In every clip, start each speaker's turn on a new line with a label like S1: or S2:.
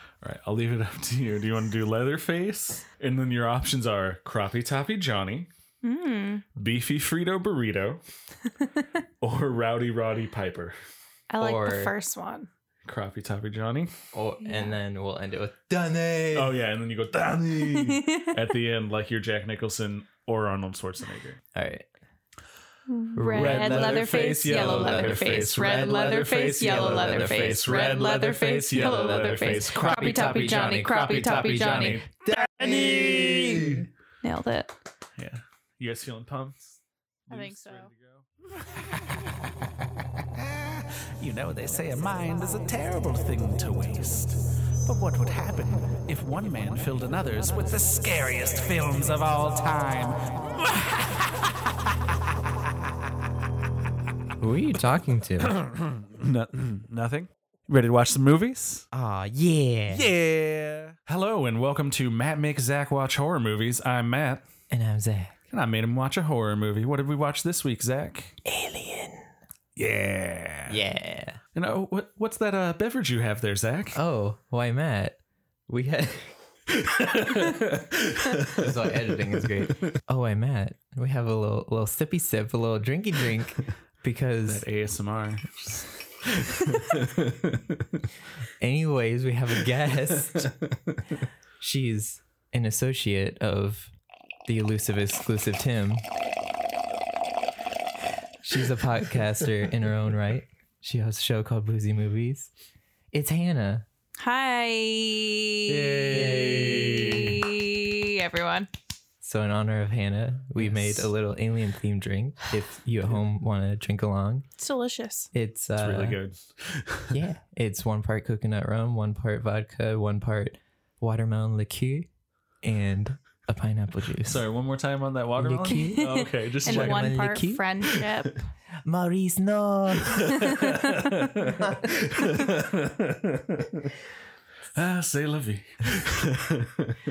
S1: All right, I'll leave it up to you. Do you want to do Leatherface? And then your options are Crappie Toppy Johnny,
S2: Mm,
S1: Beefy Frito Burrito, or Rowdy Roddy Piper.
S2: I like the
S3: Or-
S2: first one.
S1: Crappie Toppy Johnny.
S3: Oh,
S2: Yeah.
S3: and then we'll end it with Danny.
S1: Oh, yeah, and then you go Danny at the end, like you're Jack Nicholson or Arnold Schwarzenegger.
S3: All right.
S2: Red, Leatherface, yellow Leatherface, red Leatherface, yellow Leatherface, red Leatherface, yellow Leatherface, crappy toppy Johnny, crappy toppy Johnny.
S3: Danny.
S2: Nailed it.
S1: Yeah. You guys feeling pumped?
S2: I think
S1: Loose, ready
S2: so.
S1: to go?
S4: You know, they say a mind is a terrible thing to waste. But what would happen if one man filled another's with the scariest films of all time?
S3: Who are you talking to?
S4: mm, nothing. Ready to watch some movies?
S3: Aw, yeah.
S4: Yeah.
S1: Hello, and welcome to Matt Makes Zach Watch Horror Movies. I'm Matt,
S3: And I'm Zach.
S1: and I made him watch a horror movie. What did we watch this week, Zach?
S3: Alien.
S1: Yeah.
S3: Yeah.
S1: You know, what, what's that uh, beverage you have there, Zach?
S3: Oh, why Matt? We had. That's why editing is great. Oh, why Matt? We have a little, little sippy sip, a little drinky drink, because
S1: That ASMR.
S3: Anyways, we have a guest. She's an associate of the elusive exclusive Tim. She's a podcaster in her own right. She hosts a show called Boozy Movies. It's Hannah.
S2: Hi. Everyone.
S3: So in honor of Hannah, we made a little alien themed drink. If you at home want to drink along,
S2: It's delicious.
S3: it's, uh,
S1: It's really good.
S3: Yeah, it's one part coconut rum, one part vodka, one part watermelon liqueur, and a pineapple juice.
S1: Sorry, one more time on that watermelon.
S3: Nikki.
S1: Oh, okay, just
S2: And
S1: checking.
S2: one part
S3: Maliki?
S2: friendship.
S3: Maurice, no.
S1: ah, say la vie.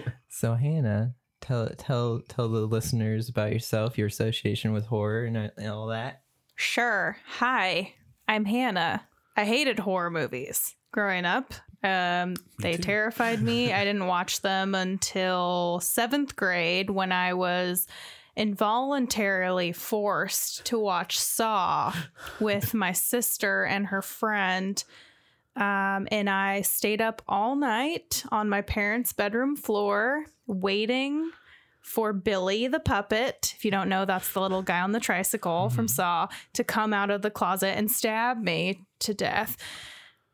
S3: so Hannah, tell tell tell the listeners about yourself, your association with horror, and, uh, and all that.
S2: Sure. Hi, I'm Hannah. I hated horror movies growing up. Um, they
S1: too.
S2: terrified me. I didn't watch them until seventh grade when I was involuntarily forced to watch Saw with my sister and her friend. Um, and I stayed up all night on my parents' bedroom floor waiting for Billy the puppet. If you don't know, that's the little guy on the tricycle from Saw to come out of the closet and stab me to death.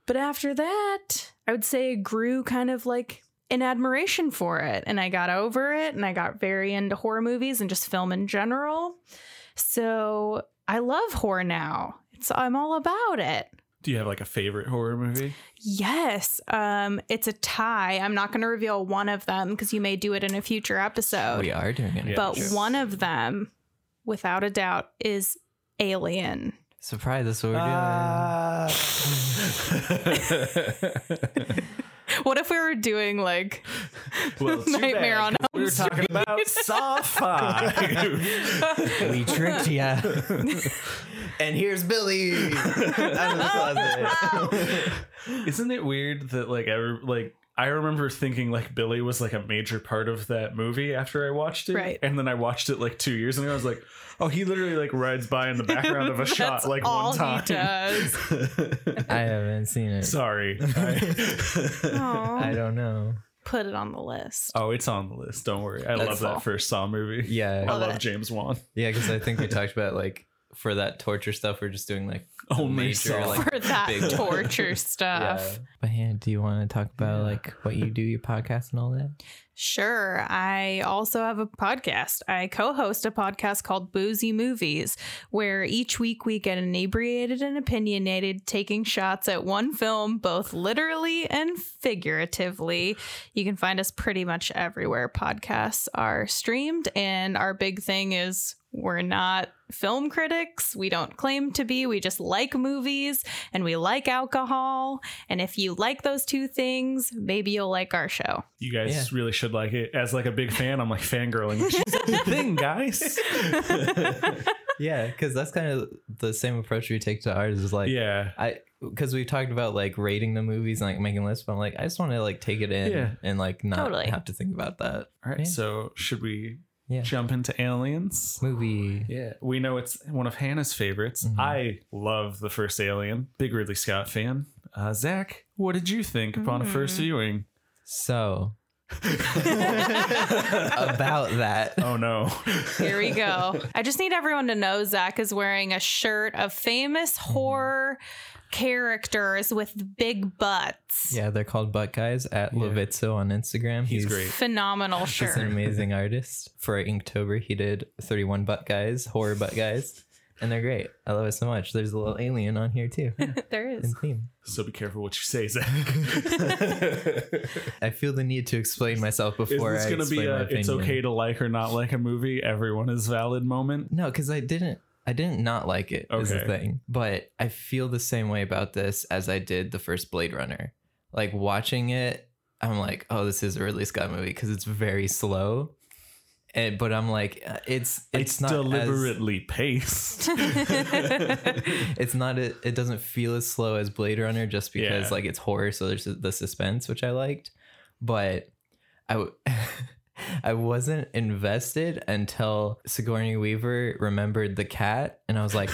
S2: But after that, I would say it grew kind of like an admiration for it. And I got over it and I got very into horror movies and just film in general. So I love horror now. It's I'm all about it.
S1: Do you have like a favorite horror movie?
S2: Yes. Um, it's a tie. I'm not gonna reveal one of them because you may do it in a future episode
S3: Oh, We are doing it.
S1: Oh, Yeah.
S2: but
S1: Yes.
S2: one of them, without a doubt, is Alien.
S3: Surprise! That's what we're doing. Uh,
S2: What if we were doing like
S1: Well, too
S2: Nightmare
S1: bad,
S2: on
S1: 'cause We were talking about Saw Five.
S3: we tricked ya. and here's Billy. Out of the closet.
S1: Isn't it weird that like every like I remember thinking like Billy was like a major part of that movie after I watched it,
S2: Right.
S1: And then I watched it like two years ago. I was like, oh, he literally like rides by in the background of a
S2: That's
S1: shot like
S2: all
S1: one time.
S2: He does.
S3: I haven't seen it.
S1: Sorry. I-
S3: I
S2: Aw.
S3: don't know.
S2: Put it on the list.
S1: oh, it's on the list. Don't worry. I
S2: That's
S1: love
S2: all.
S1: that first Saw movie.
S3: Yeah.
S1: I
S2: Love
S1: love
S2: it.
S1: James Wan.
S3: Yeah, because I think we talked about like for that torture stuff, we're just doing like the
S1: Only Saw.
S2: For that
S3: big-
S2: torture stuff.
S3: Yeah. But Hannah, do you want to talk about
S1: Uh, Yeah.
S3: like what you do, your podcast, and all that?
S2: Sure. I also have a podcast. I co host a podcast called Boozy Movies, where each week we get inebriated and opinionated, taking shots at one film, both literally and figuratively. You can find us pretty much everywhere podcasts are streamed. And our big thing is We're not film critics. We don't claim to be. We just like movies and we like alcohol. And if you like those two things, maybe you'll like our show.
S1: You guys
S3: Yeah.
S1: really should like it. As like a big fan, I'm like fangirling. She's such a thing, guys.
S3: yeah, because that's kind of the same approach we take to ours. Is like,
S1: yeah.
S3: I because we've talked about like rating the movies and like making lists, but I'm like, I just want to like take it in
S1: Yeah.
S3: and like not
S2: Totally.
S3: have to think about that.
S1: All right.
S3: Yeah.
S1: So should we
S3: Yeah.
S1: jump into aliens?
S3: Movie.
S1: Yeah, we know it's one of Hannah's favorites.
S3: Mhm.
S1: I love the first Alien. Big Ridley Scott fan. Uh, Zach, what did you think upon a first
S2: Mhm.
S1: viewing?
S3: So
S1: oh
S3: about that.
S1: no!
S2: Here we go. I just need everyone to know Zach is wearing a shirt of famous horror characters with big butts.
S3: Yeah, they're called Butt Guys at
S1: Yeah.
S3: Lovitzo on Instagram.
S1: He's great.
S2: Phenomenal
S3: He's an
S2: shirt.
S3: amazing artist. For Inktober, he did 31 Butt Guys, horror Butt Guys, and they're great. I love it so much. There's a little alien on here too.
S2: there is.
S3: In theme.
S1: So be careful what you say, Zach.
S3: I feel the need to explain myself
S1: Is
S3: before
S1: this
S3: I
S1: going to be
S3: explain my
S1: a "it's
S3: opinion.
S1: okay to like or not like a movie"? Everyone is valid moment.
S3: No, because I didn't. I didn't not like it. Is the
S1: Okay.
S3: thing, but I feel the same way about this as I did the first Blade Runner. Like watching it, I'm like, oh, this is a Ridley Scott movie because it's very slow. And but I'm like, uh, it's it's,
S1: It's,
S3: not deliberate.
S1: deliberately paced.
S3: it's not. A, it doesn't feel as slow as Blade Runner just because
S1: Yeah.
S3: like it's horror, so there's the suspense, which I liked. But I. W- I wasn't invested until Sigourney Weaver remembered the cat, and I was like,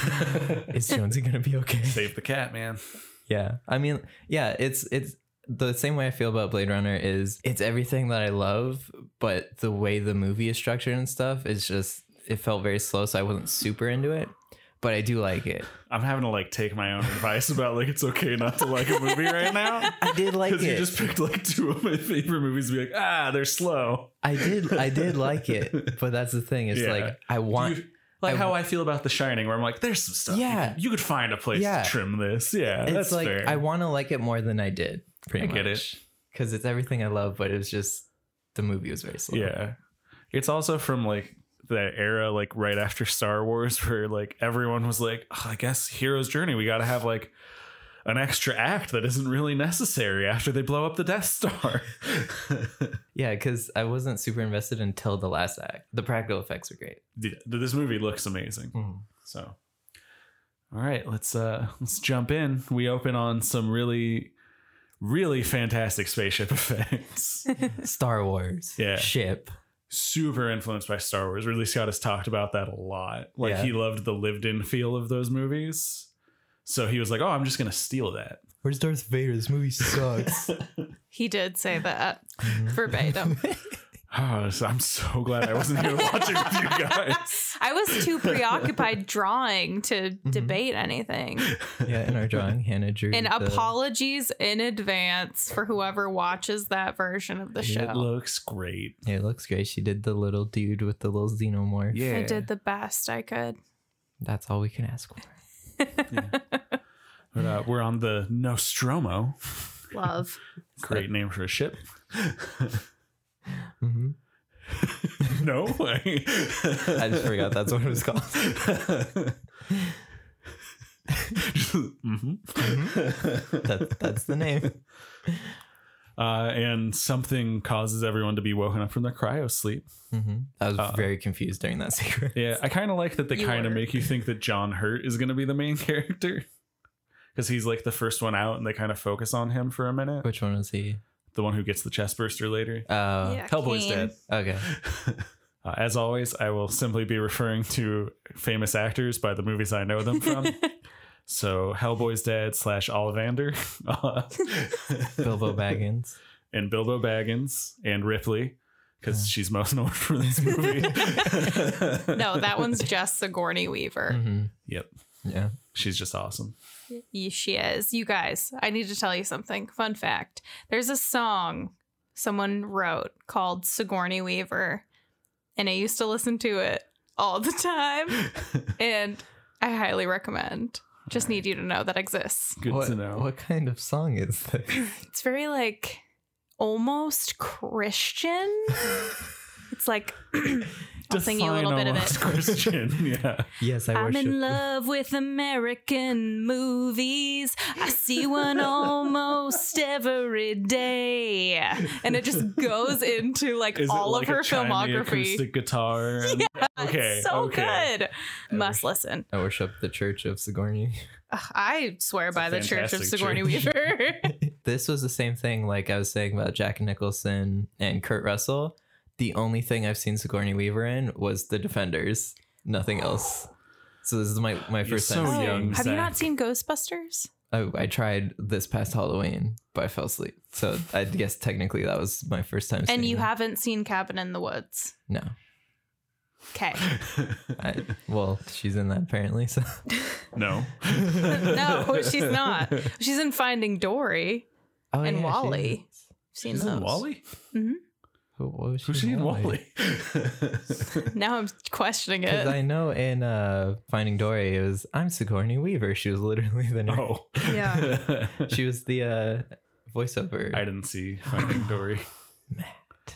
S3: is Jonesy gonna be okay?
S1: Save the cat, man.
S3: Yeah, I mean, yeah, it's it's the same way I feel about Blade Runner is it's everything that I love, but the way the movie is structured and stuff is just it felt very slow, so I wasn't super into it, but I do like it.
S1: I'm having to like take my own advice about like it's okay not to like a movie right now.
S3: I did like
S1: Because
S3: it.
S1: you just picked like two of my favorite movies. And be like, ah, they're slow.
S3: I did I did like it, but that's the thing. It's
S1: Yeah.
S3: like I want.
S1: You- like
S3: I-
S1: how I feel about The Shining, where I'm like, there's some stuff. you
S3: Yeah.
S1: could- you, could find a place
S3: Yeah.
S1: to trim this. Yeah,
S3: it's
S1: that's
S3: like
S1: fair.
S3: I want to like it more than I did. Pretty
S1: I
S3: much.
S1: get it.
S3: because it's everything I love, but it was just the movie was very slow.
S1: yeah, it's also from like that era, like right after Star Wars, where like everyone was like, oh, I guess hero's journey. We got to have like an extra act that isn't really necessary after they blow up the Death Star.
S3: Yeah, because I wasn't super invested until the last act. The practical effects are great.
S1: Th- this movie looks amazing. So, all right, let's uh let's jump in. We open on some really, really fantastic spaceship effects.
S3: Star Wars.
S1: Yeah.
S3: Ship.
S1: Super influenced by Star Wars. Ridley Scott has talked about that a lot. Like
S3: Yeah.
S1: he loved the lived-in feel of those movies. So he was like, "Oh, I'm just gonna steal that."
S3: Where's Darth Vader? This movie sucks.
S2: he did say that verbatim.
S1: Oh, so I'm so glad I wasn't here watching with you guys.
S2: I was too preoccupied drawing to debate anything.
S3: yeah, in our drawing, Hannah drew.
S2: And
S3: the-
S2: apologies in advance for whoever watches that version of the
S1: It
S2: show.
S1: looks great.
S3: Yeah, it looks great. She did the little dude with the little xenomorph.
S1: Yeah,
S2: I did the best I could.
S3: That's all we can ask for.
S1: But, uh, we're on the Nostromo.
S2: Love.
S1: Great name for a ship. Mm-hmm.
S3: hmm
S1: No way.
S3: I just forgot that's what it was called.
S1: Mhm.
S3: That, that's the name.
S1: uh, and something causes everyone to be woken up from their cryo sleep.
S3: hmm I was
S1: Uh,
S3: very confused during that secret.
S1: Yeah, I kind of like that they
S2: You
S1: kind of
S2: were.
S1: make you think that John Hurt is going to be the main character because he's like the first one out, and they kind of focus on him for a minute.
S3: Which one was he?
S1: The one who gets the chest burster later.
S3: Uh,
S2: Yeah,
S1: Hellboy's
S2: Kane.
S1: dead.
S3: Okay.
S1: Uh, as always, I will simply be referring to famous actors by the movies I know them from. so Hellboy's dead slash Ollivander. uh,
S3: Bilbo Baggins.
S1: and Bilbo Baggins and Ripley because she's most known for this movie.
S2: No, that one's just Sigourney Weaver.
S3: hmm
S1: Yep,
S3: Yeah.
S1: she's just awesome.
S2: Yeah, she is. You guys, I need to tell you something. Fun fact there's a song someone wrote called Sigourney Weaver, and I used to listen to it all the time, and I highly recommend. Just need you to know that exists.
S1: Good
S3: what,
S1: to know.
S3: What kind of song is this?
S2: It's very like almost Christian. It's like I'll sing you a little bit of it.
S1: Christian. yeah.
S3: Yes, I
S2: I'm
S3: worship.
S2: in love with American movies. I see one almost every day. And it just goes into like
S1: Is
S2: all
S1: it like
S2: of her
S1: a chimey
S2: filmography.
S1: acoustic guitar? and-
S2: Yeah,
S1: Okay,
S2: it's so
S1: okay.
S2: good. Must listen.
S3: I worship the Church of Sigourney.
S2: Ugh, I swear by the Church of
S1: fantastic
S2: Sigourney
S1: church.
S2: Weaver.
S3: this was the same thing, like I was saying about Jack Nicholson and Kurt Russell. The only thing I've seen Sigourney Weaver in was The Defenders. Nothing else. So this is my my
S1: You're
S3: first
S1: so
S3: time.
S1: Oh,
S2: Oh,
S3: seeing-
S1: young.
S2: Have you not
S1: Zach.
S2: seen Ghostbusters?
S3: I, I tried this past Halloween, but I fell asleep. So I guess technically that was my first time.
S2: And
S3: seeing
S2: you
S3: it.
S2: haven't seen Cabin in the Woods.
S3: no.
S2: Okay.
S3: I, well, she's in that apparently. So
S1: no.
S2: no, she's not. She's in Finding Dory.
S3: oh,
S2: And
S3: she
S2: Wall-E.
S3: is.
S2: Seen
S1: She's in
S2: those.
S1: Wally?
S3: Who what was she?
S1: Who's she in Wally?
S2: Now I'm questioning
S3: Because
S2: it.
S3: I know in uh, Finding Dory, it was I'm Sigourney Weaver. She was literally the nurse.
S1: oh.
S2: Yeah.
S3: She was the uh, voiceover.
S1: I didn't see Finding Dory.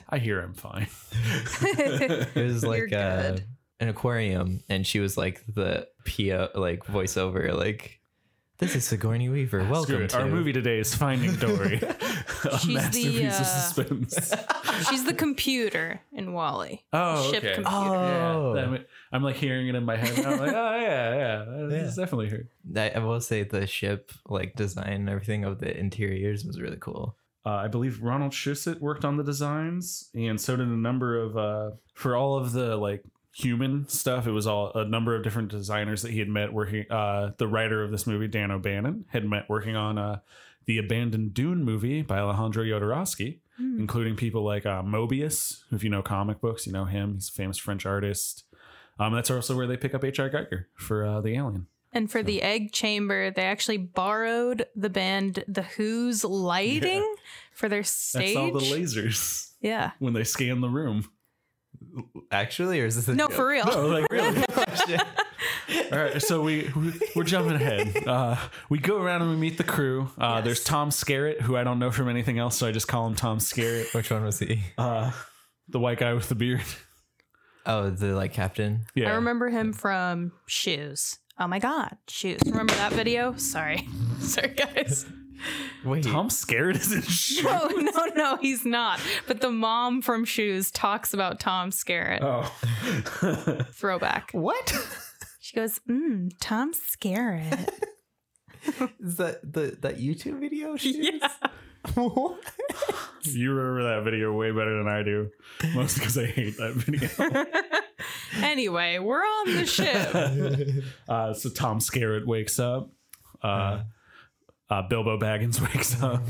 S1: I hear I'm fine.
S3: it was
S2: You're
S3: like uh,
S2: good.
S3: an aquarium, and she was like the PO, like voiceover, like this is Sigourney Weaver.
S1: Screw
S3: Welcome
S1: it.
S3: to
S1: Our movie today is Finding Dory. a
S2: She's the,
S1: masterpiece
S2: uh,
S1: of suspense.
S2: She's the computer in Wally.
S1: Oh,
S2: Ship
S1: okay.
S2: computer.
S3: Oh.
S1: Yeah. I'm, I'm like hearing it in my head. I'm like, oh yeah, yeah, that's
S3: Yeah.
S1: definitely her.
S3: I, I will say the ship like design and everything of the interiors was really cool.
S1: Uh, I believe Ronald Shusett worked on the designs, and so did a number of uh, for all of the like human stuff. It was all a number of different designers that he had met working. Uh, the writer of this movie, Dan O'Bannon, had met working on uh, the Abandoned Dune movie by Alejandro Jodorowsky,
S2: Hmm.
S1: including people like uh, Mobius, who if you know comic books, you know him. He's a famous French artist. Um, that's also where they pick up H.R. Geiger for uh, the Alien.
S2: And for the egg chamber, they actually borrowed the band The Who's lighting for their stage.
S1: That's all the lasers
S2: yeah.
S1: when they scan the room.
S3: Actually, or is this a
S2: No,
S3: joke?
S2: for real.
S1: No, like really.
S3: Oh, shit.
S1: All right, so we we- we're jumping ahead. Uh, we go around and we meet the crew. Uh,
S2: Yes.
S1: There's Tom Skerritt, who I don't know from anything else, so I just call him Tom Skerritt.
S3: Which one was he?
S1: Uh, the white guy with the beard.
S3: Oh, the like captain.
S1: Yeah,
S2: I remember him from Shoes. Oh my God, Shoes. Remember that video? Sorry. Sorry, guys.
S3: Wait,
S1: Tom Skerritt is in shit.
S2: No, no, no, he's not. But the mom from Shoes talks about Tom Skerritt.
S1: Oh,
S2: Throwback.
S3: what?
S2: She goes, mm, Tom Skerritt.
S3: Is that the that YouTube video? She
S2: yeah.
S3: what?
S1: you remember that video way better than I do, mostly because I hate that video.
S2: anyway, we're on the ship.
S1: Uh, so Tom Skerritt wakes up.
S3: Uh-huh.
S1: Uh, uh, Bilbo Baggins wakes up.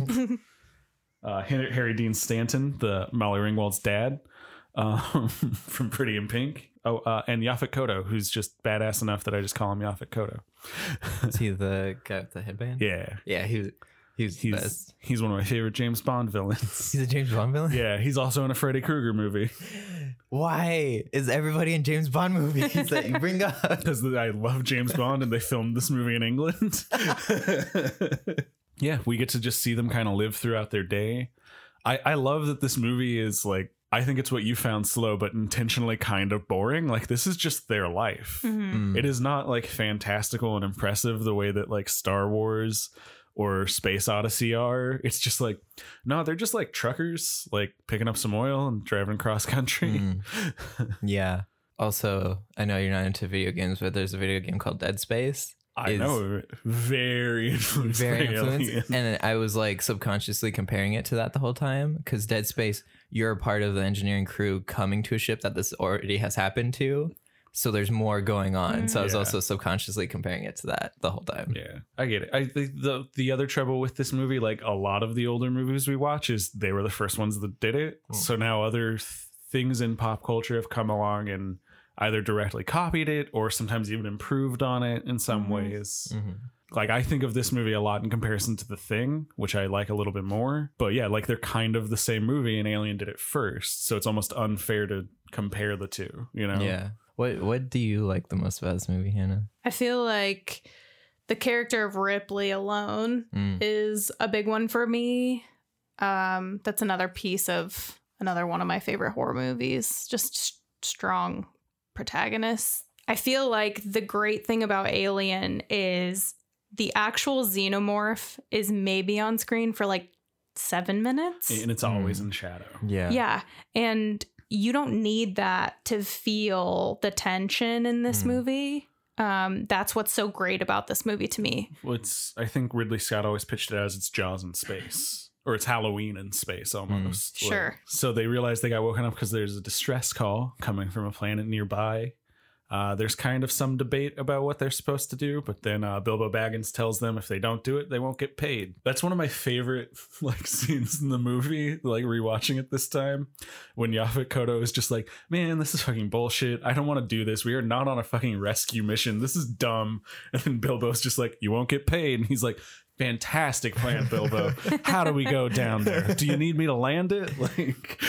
S1: uh, Harry, Harry Dean Stanton, the Molly Ringwald's dad um, from Pretty in Pink. Oh, uh, and Yaphet Kotto, who's just badass enough that I just call him Yaphet Kotto.
S3: Is he the guy with the headband?
S1: Yeah,
S3: yeah. He was he was the
S1: he's
S3: best.
S1: he's one of my favorite James Bond villains.
S3: He's a James Bond villain.
S1: yeah, he's also in a Freddy Krueger movie
S3: Why is everybody in James Bond movies that you bring up?
S1: because I love James Bond, and they filmed this movie in England. yeah, we get to just see them kind of live throughout their day. I, I love that this movie is like, I think it's what you found slow, but intentionally kind of boring. Like, this is just their life.
S2: Mhm.
S3: Mm.
S1: It is not like fantastical and impressive the way that like Star Wars or Space Odyssey are. It's just like, no, they're just like truckers, like picking up some oil and driving cross country.
S3: Mm. yeah. Also, I know you're not into video games, but there's a video game called Dead Space.
S1: I
S3: Is-
S1: know. Very influenced.
S3: Very
S1: by Alien.
S3: influenced. And I was like subconsciously comparing it to that the whole time because Dead Space, you're a part of the engineering crew coming to a ship that this already has happened to. So there's more going on. So I was
S1: Yeah.
S3: also subconsciously comparing it to that the whole time.
S1: Mm. Yeah, I get it. I think the the other trouble with this movie, like a lot of the older movies we watch, is they were the first ones that did it.
S3: Mm.
S1: So now other th- things in pop culture have come along and either directly copied it or sometimes even improved on it in some
S2: Mhm.
S1: ways.
S3: Mhm.
S1: Like I think of this movie a lot in comparison to The Thing, which I like a little bit more. But yeah, like they're kind of the same movie, and Alien did it first, so it's almost unfair to compare the two. You know?
S3: Yeah. What What do you like the most about this movie, Hannah?
S2: I feel like the character of Ripley alone
S3: Mm.
S2: is a big one for me. Um, that's another piece of another one of my favorite horror movies. Just s- strong protagonists. I feel like the great thing about Alien is the actual xenomorph is maybe on screen for like seven minutes.
S1: and it's always in shadow.
S3: Yeah.
S2: Yeah. And you don't need that to feel the tension in this
S3: Mm.
S2: movie. Um, that's what's so great about this movie to me.
S1: It's I think Ridley Scott always pitched it as it's Jaws in space. Or it's Halloween in space almost. Like,
S2: Sure.
S1: so they realize they got woken up because there's a distress call coming from a planet nearby. Uh, there's kind of some debate about what they're supposed to do, but then uh, Bilbo Baggins tells them if they don't do it, they won't get paid. That's one of my favorite like scenes in the movie. Like rewatching it this time, when Yaphet Koto is just like, "Man, this is fucking bullshit. I don't want to do this. We are not on a fucking rescue mission. This is dumb." And then Bilbo's just like, "You won't get paid," and he's like. Fantastic plan, Bilbo. How do we go down there? Do you need me to land it? Like,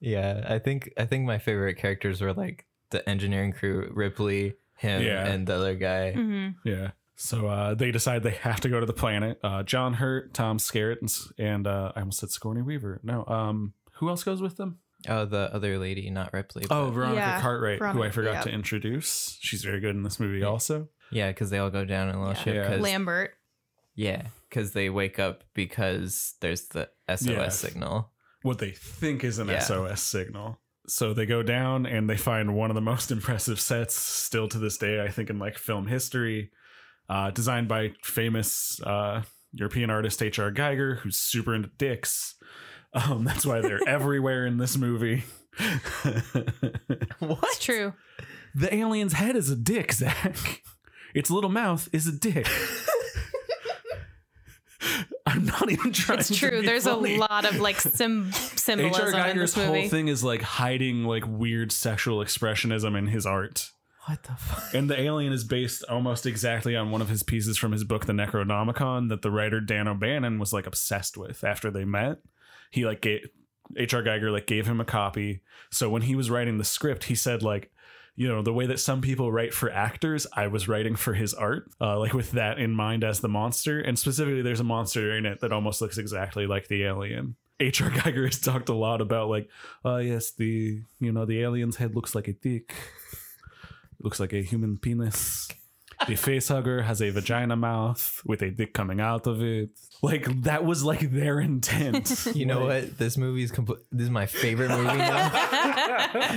S3: Yeah, I think I think my favorite characters were like the engineering crew, Ripley, him,
S1: Yeah.
S3: and the other guy.
S2: Mm-hmm.
S1: Yeah. So uh, they decide they have to go to the planet. Uh, John Hurt, Tom Skerritt, and, S- and uh, I almost said Sigourney Weaver. No, um, who else goes with them?
S3: Oh, the other lady, not Ripley.
S1: Oh, Veronica
S2: Yeah,
S1: Cartwright, who I
S2: Veronica,
S1: forgot
S2: yeah.
S1: to introduce. She's very good in this movie, also.
S3: yeah, because they all go down in a little
S2: Yeah.
S3: ship.
S1: Yeah.
S3: 'cause-
S2: Lambert.
S3: yeah, because they wake up because there's the SOS
S1: Yeah.
S3: signal.
S1: What they think is an
S3: Yeah.
S1: SOS signal. So they go down and they find one of the most impressive sets still to this day, I think, in like film history, uh, designed by famous uh, European artist H.R. Geiger, who's super into dicks. Um, that's why they're everywhere in this movie.
S3: What?
S2: It's true.
S1: The alien's head is a dick, Zach. Its little mouth is a dick. I'm not even trying.
S2: It's
S1: to
S2: true.
S1: be
S2: There's
S1: funny.
S2: a lot of like sim- symbolism
S1: H.R.
S2: in
S1: Geiger's
S2: this
S1: whole
S2: movie.
S1: thing is like hiding like weird sexual expressionism in his art.
S3: What the fuck?
S1: And the alien is based almost exactly on one of his pieces from his book, The Necronomicon, that the writer Dan O'Bannon was like obsessed with after they met. He like gave H.R. Geiger like gave him a copy. So when he was writing the script, he said like, you know, the way that some people write for actors, I was writing for his art, uh, like with that in mind as the monster. And specifically, there's a monster in it that almost looks exactly like the alien. H.R. Geiger has talked a lot about like, oh yes, the you know the alien's head looks like a dick looks like a human penis. The face hugger has a vagina mouth with a dick coming out of it. Like that was like their intent.
S3: You know what? This movie is complete. This is my favorite movie now.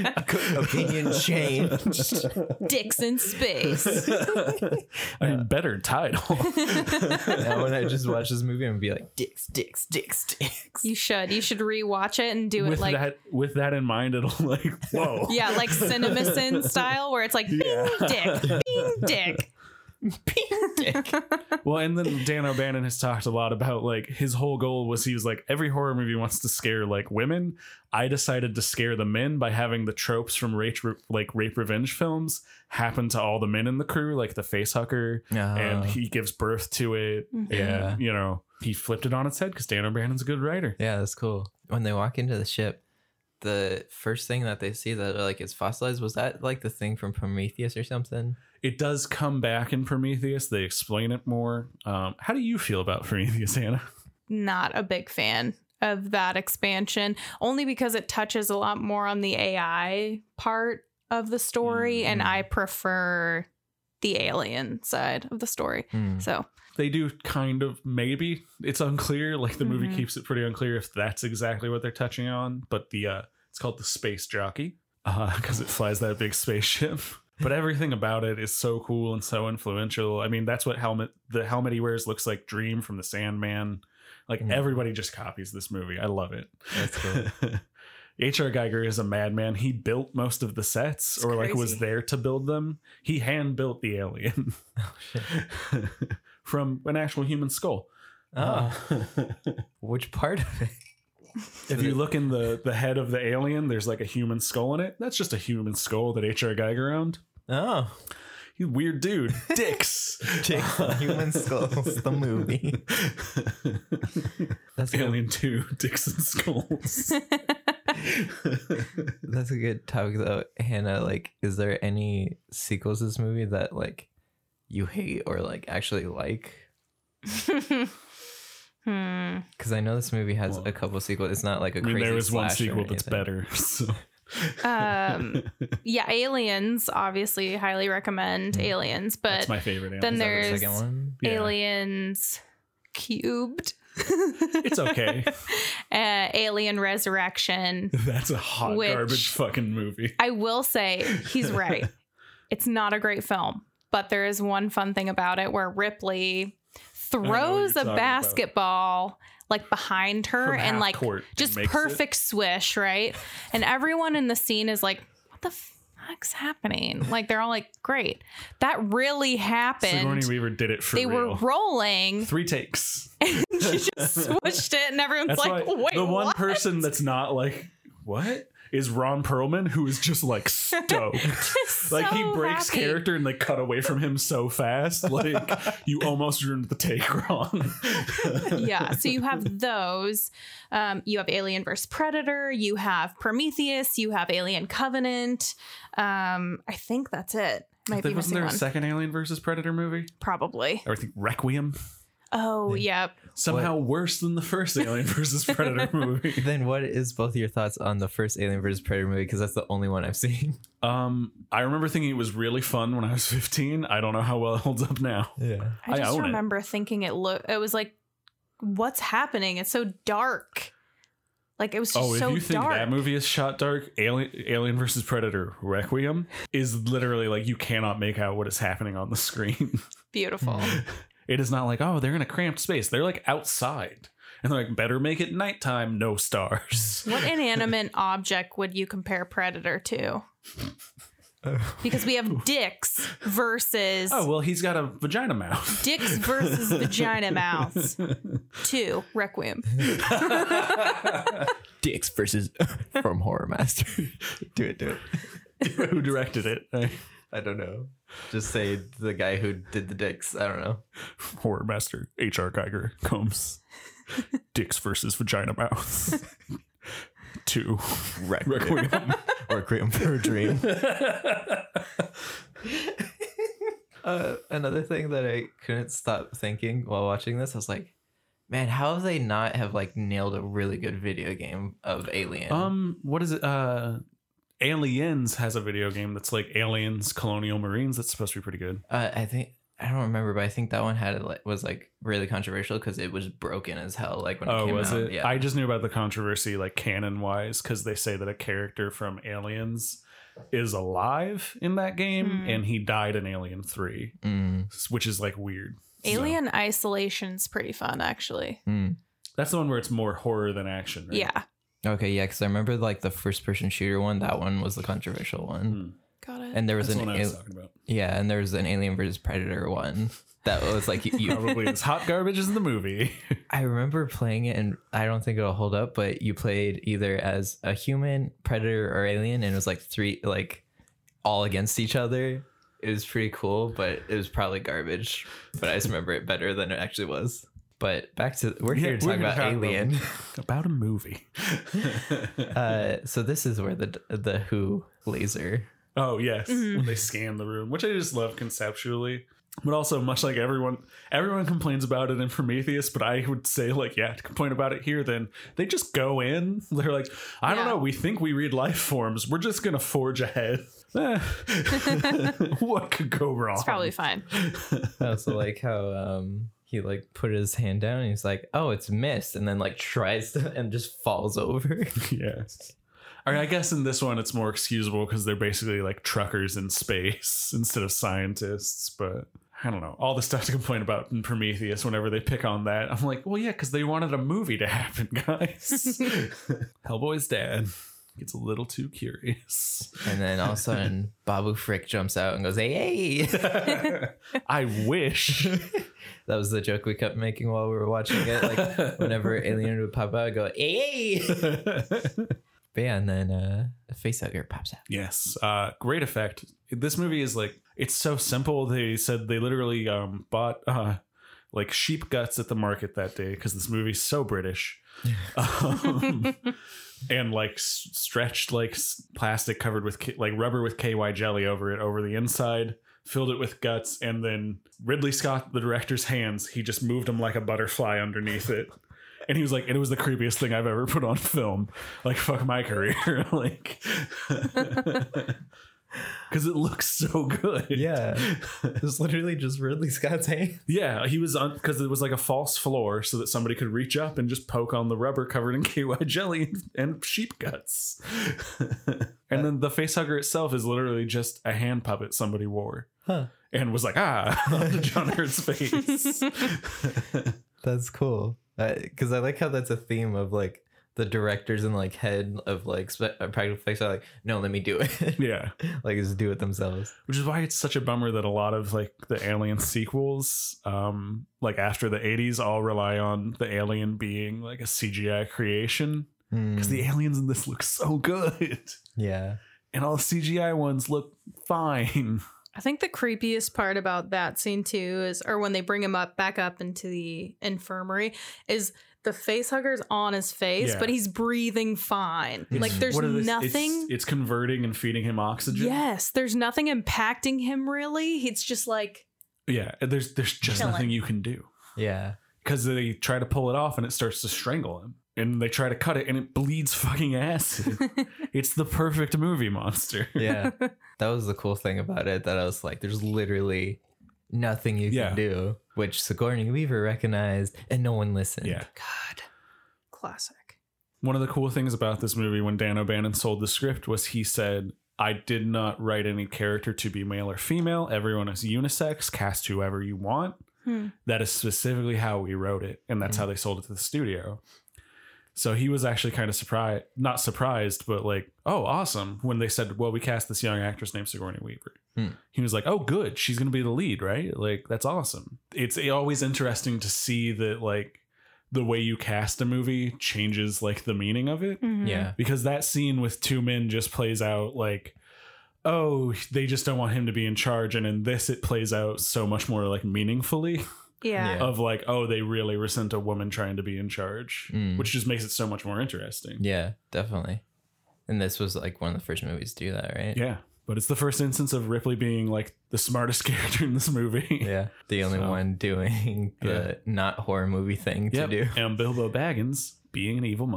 S3: Opinion changed.
S2: Dicks in space.
S1: I mean, better title.
S3: now when I just watch this movie, I'm gonna be like, dicks, dicks, dicks, dicks.
S2: You should. You should rewatch it and do
S1: with
S2: it like
S1: that, with that in mind, it'll like whoa.
S2: yeah, like CinemaSin style, where it's like bing dick, bing dick.
S1: Well, and then Dan O'Bannon has talked a lot about like his whole goal was he was like every horror movie wants to scare like women. I decided to scare the men by having the tropes from rape, like rape revenge films happen to all the men in the crew, like the face hugger, and
S3: Oh.
S1: he gives birth to it.
S2: Mhm.
S3: Yeah.
S1: And, you know, he flipped it on its head because Dan O'Bannon's a good writer.
S3: Yeah, that's cool. When they walk into the ship, the first thing that they see that like is fossilized was that like the thing from Prometheus or something.
S1: It does come back in Prometheus. They explain it more. Um, how do you feel about Prometheus, Anna?
S2: Not a big fan of that expansion, only because it touches a lot more on the AI part of the story, and
S3: Mm.
S2: I prefer the alien side of the story.
S3: Hmm,
S1: Mm.
S2: So
S1: they do kind of maybe it's unclear like the movie
S2: Mhm.
S1: keeps it pretty unclear if that's exactly what they're touching on but the uh it's called the space jockey because it flies that big spaceship but everything about it is so cool and so influential i mean that's what helmet the helmet he wears looks like dream from the sandman like
S3: Mhm.
S1: everybody just copies this movie i love it
S3: That's cool.
S1: hr geiger is a madman he built most of the sets
S2: It's
S1: or like was
S2: crazy.
S1: there to build them he hand built the alien
S3: Oh, shit.
S1: from an actual human skull.
S2: Ah.
S3: Oh,
S1: Uh,
S3: which part of it?
S1: if you look in the the head of the alien, there's like a human skull in it. That's just a human skull that H.R. Geiger owned.
S3: Oh,
S1: You weird dude. Dicks.
S3: Dicks and Human Skulls, the movie. That's a good,
S1: Alien 2, Dicks and Skulls.
S3: that's a good topic though, Hannah. Like, is there any sequels to this movie that like you hate or like actually like?
S2: hmm.
S3: Because I know this movie has
S1: Well,
S3: a couple sequels. It's not like a
S1: I mean,
S3: crazy.
S1: there was one
S3: slasher or
S1: sequel that's
S3: anything.
S1: better. So
S2: Um, yeah, Aliens. Obviously, highly recommend Aliens. But
S1: Mm. That's my favorite.
S2: then
S1: Amazon.
S2: there's
S3: the second one.
S1: Yeah.
S2: Aliens Cubed.
S1: It's okay.
S2: uh, Alien Resurrection.
S1: That's a hot
S2: Which-
S1: garbage fucking movie.
S2: I will say he's right. it's not a great film, but there is one fun thing about it where Ripley
S1: know what you're
S2: throws a
S1: talking about.
S2: basketball like behind her
S1: From
S2: and
S1: half
S2: like
S1: court and
S2: just
S1: makes it.
S2: perfect swish, right? And everyone in the scene is like, what the fuck's happening? Like they're all like, great. That really happened.
S1: Sigourney Weaver did it for
S2: they
S1: real.
S2: were rolling
S1: Three takes.
S2: and she just swished it and everyone's
S1: That's
S2: like,
S1: why
S2: wait,
S1: the one
S2: what?
S1: person that's not like what is Ron Perlman, who is just like stoked.
S2: Just
S1: like he
S2: so
S1: breaks
S2: happy.
S1: character and they cut away from him so fast. Like you almost ruined the take, Ron.
S2: yeah. So you have those. Um, you have Alien vs. Predator. You have Prometheus. You have Alien Covenant. Um, I think that's it. Might be
S1: Wasn't
S2: missing
S1: there a
S2: one.
S1: second Alien versus Predator movie?
S2: Probably.
S1: Or I think Requiem.
S2: Oh, yep.
S1: Somehow worse than the first Alien versus Predator movie.
S3: Then what is both of your thoughts on the first Alien vs Predator movie? Because that's the only one I've seen.
S1: Um, I remember thinking it was really fun when I was 15. I don't know how well it holds up now.
S3: Yeah.
S1: I
S2: I just
S1: own it.
S2: remember thinking it looked. It was like, what's happening? It's so dark. Like it was just
S1: Oh, if
S2: so
S1: you think
S2: dark.
S1: that movie is shot dark, Alien, Alien versus Predator Requiem is literally like you cannot make out what is happening on the screen.
S2: Beautiful.
S1: it is not like, oh, they're in a cramped space. They're like outside. And they're like, better make it nighttime, no stars.
S2: what inanimate object would you compare Predator to? Because we have dicks versus
S1: Oh, well, he's got a vagina mouth.
S2: Dicks versus vagina mouths. Two Requiem.
S3: Dicks versus from Horror Master. do it, do it.
S1: Who directed it?
S3: I don't know. Just say the guy who did the dicks. I don't know.
S1: Horror master H.R. Geiger Combs. Dicks versus vagina mouth. Two.
S3: Requiem. Requiem for a Dream. uh, another thing that I couldn't stop thinking while watching this, I was like, man, how have they not have like nailed a really good video game of Alien?
S1: Um, what is it? Uh, Aliens has a video game that's like Aliens Colonial Marines. That's supposed to be pretty good.
S3: uh, I think I don't remember, but I think that one had like was like really controversial because it was broken as hell. Like when it
S1: Oh,
S3: came
S1: was
S3: out.
S1: it?
S3: Yeah.
S1: I just knew about the controversy, like canon wise, because they say that a character from Aliens is alive in that game,
S2: Hmm.
S1: and he died in Alien Three,
S3: Mm,
S1: s- which is like weird. So,
S2: Alien Isolation's pretty fun, actually.
S3: mm.
S1: that's the one where it's more horror than action. Right?
S2: Yeah.
S3: Okay, yeah, because I remember like the first person shooter one. That one was the controversial one,
S1: Hmm.
S2: Got it.
S3: and there was
S1: that's the
S3: an
S1: one I was
S3: al-
S1: talking about.
S3: yeah, and there was an Alien versus Predator one that was like you, you
S1: Probably as hot garbage as the movie.
S3: I remember playing it, and I don't think it'll hold up. But you played either as a human, predator, or alien, and it was like three, like all against each other. It was pretty cool, but it was probably garbage. But I just remember it better than it actually was. But back to we're
S1: Yeah,
S3: here to talk
S1: we're gonna
S3: about
S1: talk about-
S3: Alien.
S1: about a movie.
S3: uh, so this is where the the Who laser.
S1: Oh yes,
S2: Mm-hmm.
S1: when they scan the room, which I just love conceptually. But also, much like everyone, everyone complains about it in Prometheus. But I would say, like, yeah, to complain about it here, then they just go in. They're like, I don't
S2: Yeah.
S1: know. We think we read life forms. We're just gonna forge ahead. Eh. what could go wrong?
S2: it's probably fine.
S3: I also Oh, like how um he like put his hand down and he's like, oh, it's missed, and then like tries to and just falls over.
S1: yes. I, mean, I guess in this one it's more excusable because they're basically like truckers in space instead of scientists. But I don't know all the stuff to complain about in Prometheus. Whenever they pick on that, I'm like, well, yeah, because they wanted a movie to happen, guys. Hellboy's dad gets a little too curious.
S3: And then all of a sudden, Babu Frick jumps out and goes, "Hey!" hey."
S1: I wish.
S3: That was the joke we kept making while we were watching it. Like whenever Alien would pop out, I'd go, "Hey!" hey." But yeah, and then uh, a face hugger pops out.
S1: Yes, uh, great effect. This movie is like it's so simple. They said they literally um, bought uh, like sheep guts at the market that day because this movie's so British, um, and like s- stretched like s- plastic covered with K- like rubber with KY jelly over it over the inside. Filled it with guts, and then Ridley Scott, the director's hands, he just moved them like a butterfly underneath it. And he was like, and it was the creepiest thing I've ever put on film. Like, fuck my career. like, because it looks so good.
S3: Yeah. It's literally just Ridley Scott's hand.
S1: Yeah, he was on because it was like a false floor so that somebody could reach up and just poke on the rubber covered in KY jelly and, and sheep guts. and then the facehugger itself is literally just a hand puppet somebody wore
S3: Huh.
S1: and was like, ah, onto John Hurt's face.
S3: That's cool. Because I like how that's a theme of like the directors and like head of like spe- uh, practical effects are like, no, let me do it.
S1: yeah,
S3: like just do it themselves.
S1: which is why it's such a bummer that a lot of like the Alien sequels, um, like after the 80s, all rely on the alien being like a CGI creation because the aliens in this look so good.
S3: Hmm, yeah.
S1: and all the CGI ones look fine.
S2: I think the creepiest part about that scene too is, or when they bring him up back up into the infirmary, is the face hugger's on his face,
S1: Yeah.
S2: but he's breathing fine.
S3: It's-
S2: like there's
S1: What are this-
S2: nothing.
S1: It's, it's converting and feeding him oxygen.
S2: yes, there's nothing impacting him really. It's just like
S1: Yeah. and There's there's just
S2: Chilling.
S1: nothing you can do
S3: Yeah.
S1: because they try to pull it off and it starts to strangle him, and they try to cut it and it bleeds fucking acid. it's the perfect movie monster.
S3: Yeah. that was the cool thing about it that I was like, there's literally nothing you
S1: Yeah.
S3: can do, which Sigourney Weaver recognized and no one listened.
S1: Yeah.
S2: God, classic.
S1: One of the cool things about this movie when Dan O'Bannon sold the script was he said, I did not write any character to be male or female. Everyone is unisex. Cast whoever you want.
S2: Hmm.
S1: That is specifically how we wrote it, and that's how they sold it to the studio. So he was actually kind of surprised, not surprised, but like, oh, awesome. When they said, well, we cast this young actress named Sigourney Weaver.
S3: Hmm.
S1: He was like, oh, good. She's going to be the lead, right? Like, that's awesome. It's always interesting to see that, like, the way you cast a movie changes, like, the meaning of it
S2: Mhm.
S3: Yeah.
S1: because that scene with two men just plays out like oh they just don't want him to be in charge and in this it plays out so much more like meaningfully
S2: Yeah.
S3: Yeah.
S1: of like oh they really resent a woman trying to be in charge
S3: Mm.
S1: which just makes it so much more interesting
S3: Yeah, definitely. And this was like one of the first movies to do that, right?
S1: yeah but it's the first instance of ripley being like the smartest character in this movie
S3: Yeah. The only
S1: So-
S3: one doing the
S1: Yeah.
S3: not horror movie thing
S1: Yep.
S3: to do.
S1: and bilbo baggins being an evil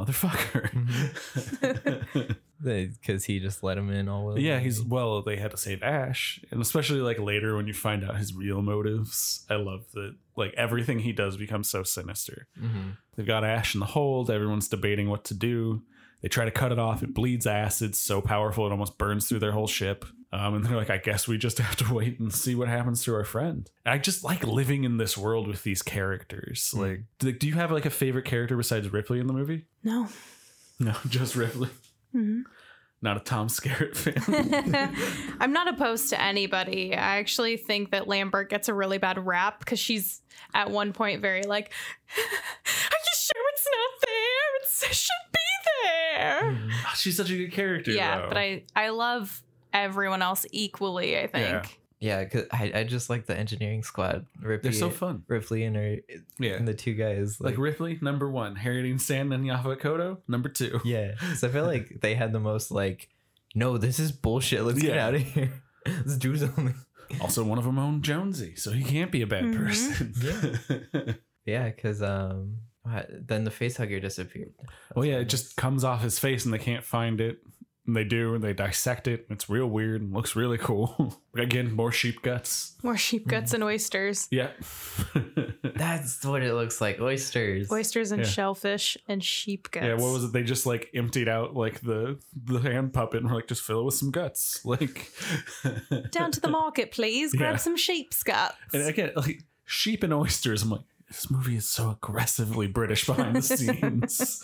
S3: Mm-hmm.
S1: motherfucker
S3: because he just let him in all willy
S1: Yeah, he's well. They had to save Ash, and especially like later when you find out his real motives. I love that. Like everything he does becomes so sinister.
S3: hmm
S1: They've got Ash in the hold. Everyone's debating what to do. They try to cut it off. It bleeds acid, so powerful it almost burns through their whole ship. Um, and they're like, I guess we just have to wait and see what happens to our friend. I just like living in this world with these characters.
S3: Mm.
S1: Like, do, do you have like a favorite character besides Ripley in the movie?
S2: No.
S1: No, just Ripley.
S2: Mhm.
S1: Not a Tom Skerritt fan.
S2: I'm not opposed to anybody. I actually think that Lambert gets a really bad rap because she's at one point very like, Are you sure it's not there? It's, it should be there.
S1: mm-hmm. She's such a good character.
S2: yeah,
S1: though.
S2: but I, I love everyone else equally, I think.
S1: Yeah.
S3: Yeah, because I, I just like the engineering squad. Ripley,
S1: They're so fun.
S3: Ripley and her
S1: Yeah.
S3: and the two guys.
S1: Like,
S3: Like,
S1: Ripley, number one. Harriet and Sand and Yaffa Koto, number two.
S3: yeah. So I feel like they had the most like, no, this is bullshit. Let's get
S1: Yeah.
S3: out of here. Let's do something.
S1: Also, one of them owned Jonesy, so he can't be a bad
S2: Mhm. Mm-hmm.
S1: person. Yeah.
S3: Yeah, because um, what- then the facehugger disappeared.
S1: well, Oh, yeah, it just comes off his face and they can't find it. And they do, and they dissect it. It's real weird and looks really cool. Again, more sheep guts.
S2: More sheep guts and oysters.
S1: Yeah.
S3: That's what it looks like. Oysters.
S2: Oysters and
S1: Yeah.
S2: shellfish and sheep guts.
S1: yeah, what was it? They just like emptied out like the the hand puppet and were like, just fill it with some guts. Like
S2: Down to the market, please. Grab
S1: Yeah.
S2: some sheep's guts.
S1: And uh, again, like sheep and oysters. I'm like, this movie is so aggressively British behind the scenes.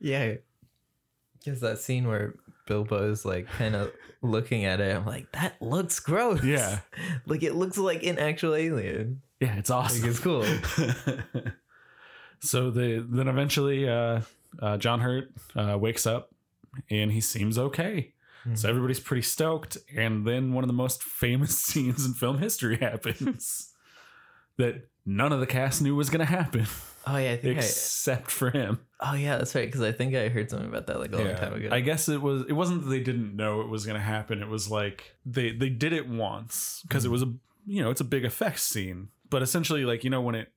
S3: Yeah. Because that scene where Bilbo's like kind of looking at it, I'm like, that looks gross.
S1: Yeah.
S3: like it looks like an actual alien.
S1: yeah, it's
S3: Like
S1: awesome.
S3: it's cool.
S1: so the then eventually, uh, uh, John Hurt uh, wakes up and he seems okay.
S3: Mhm.
S1: So everybody's pretty stoked, and then one of the most famous scenes in film history happens that none of the cast knew was going to happen
S3: Oh yeah, I think
S1: except for him.
S3: I. Oh yeah, that's right. Because I think I heard something about that like a long
S1: Yeah.
S3: time ago.
S1: I guess it was it wasn't that they didn't know it was going to happen. It was like they they did it once because it was a you know, it's a big effects scene, but essentially like you know when it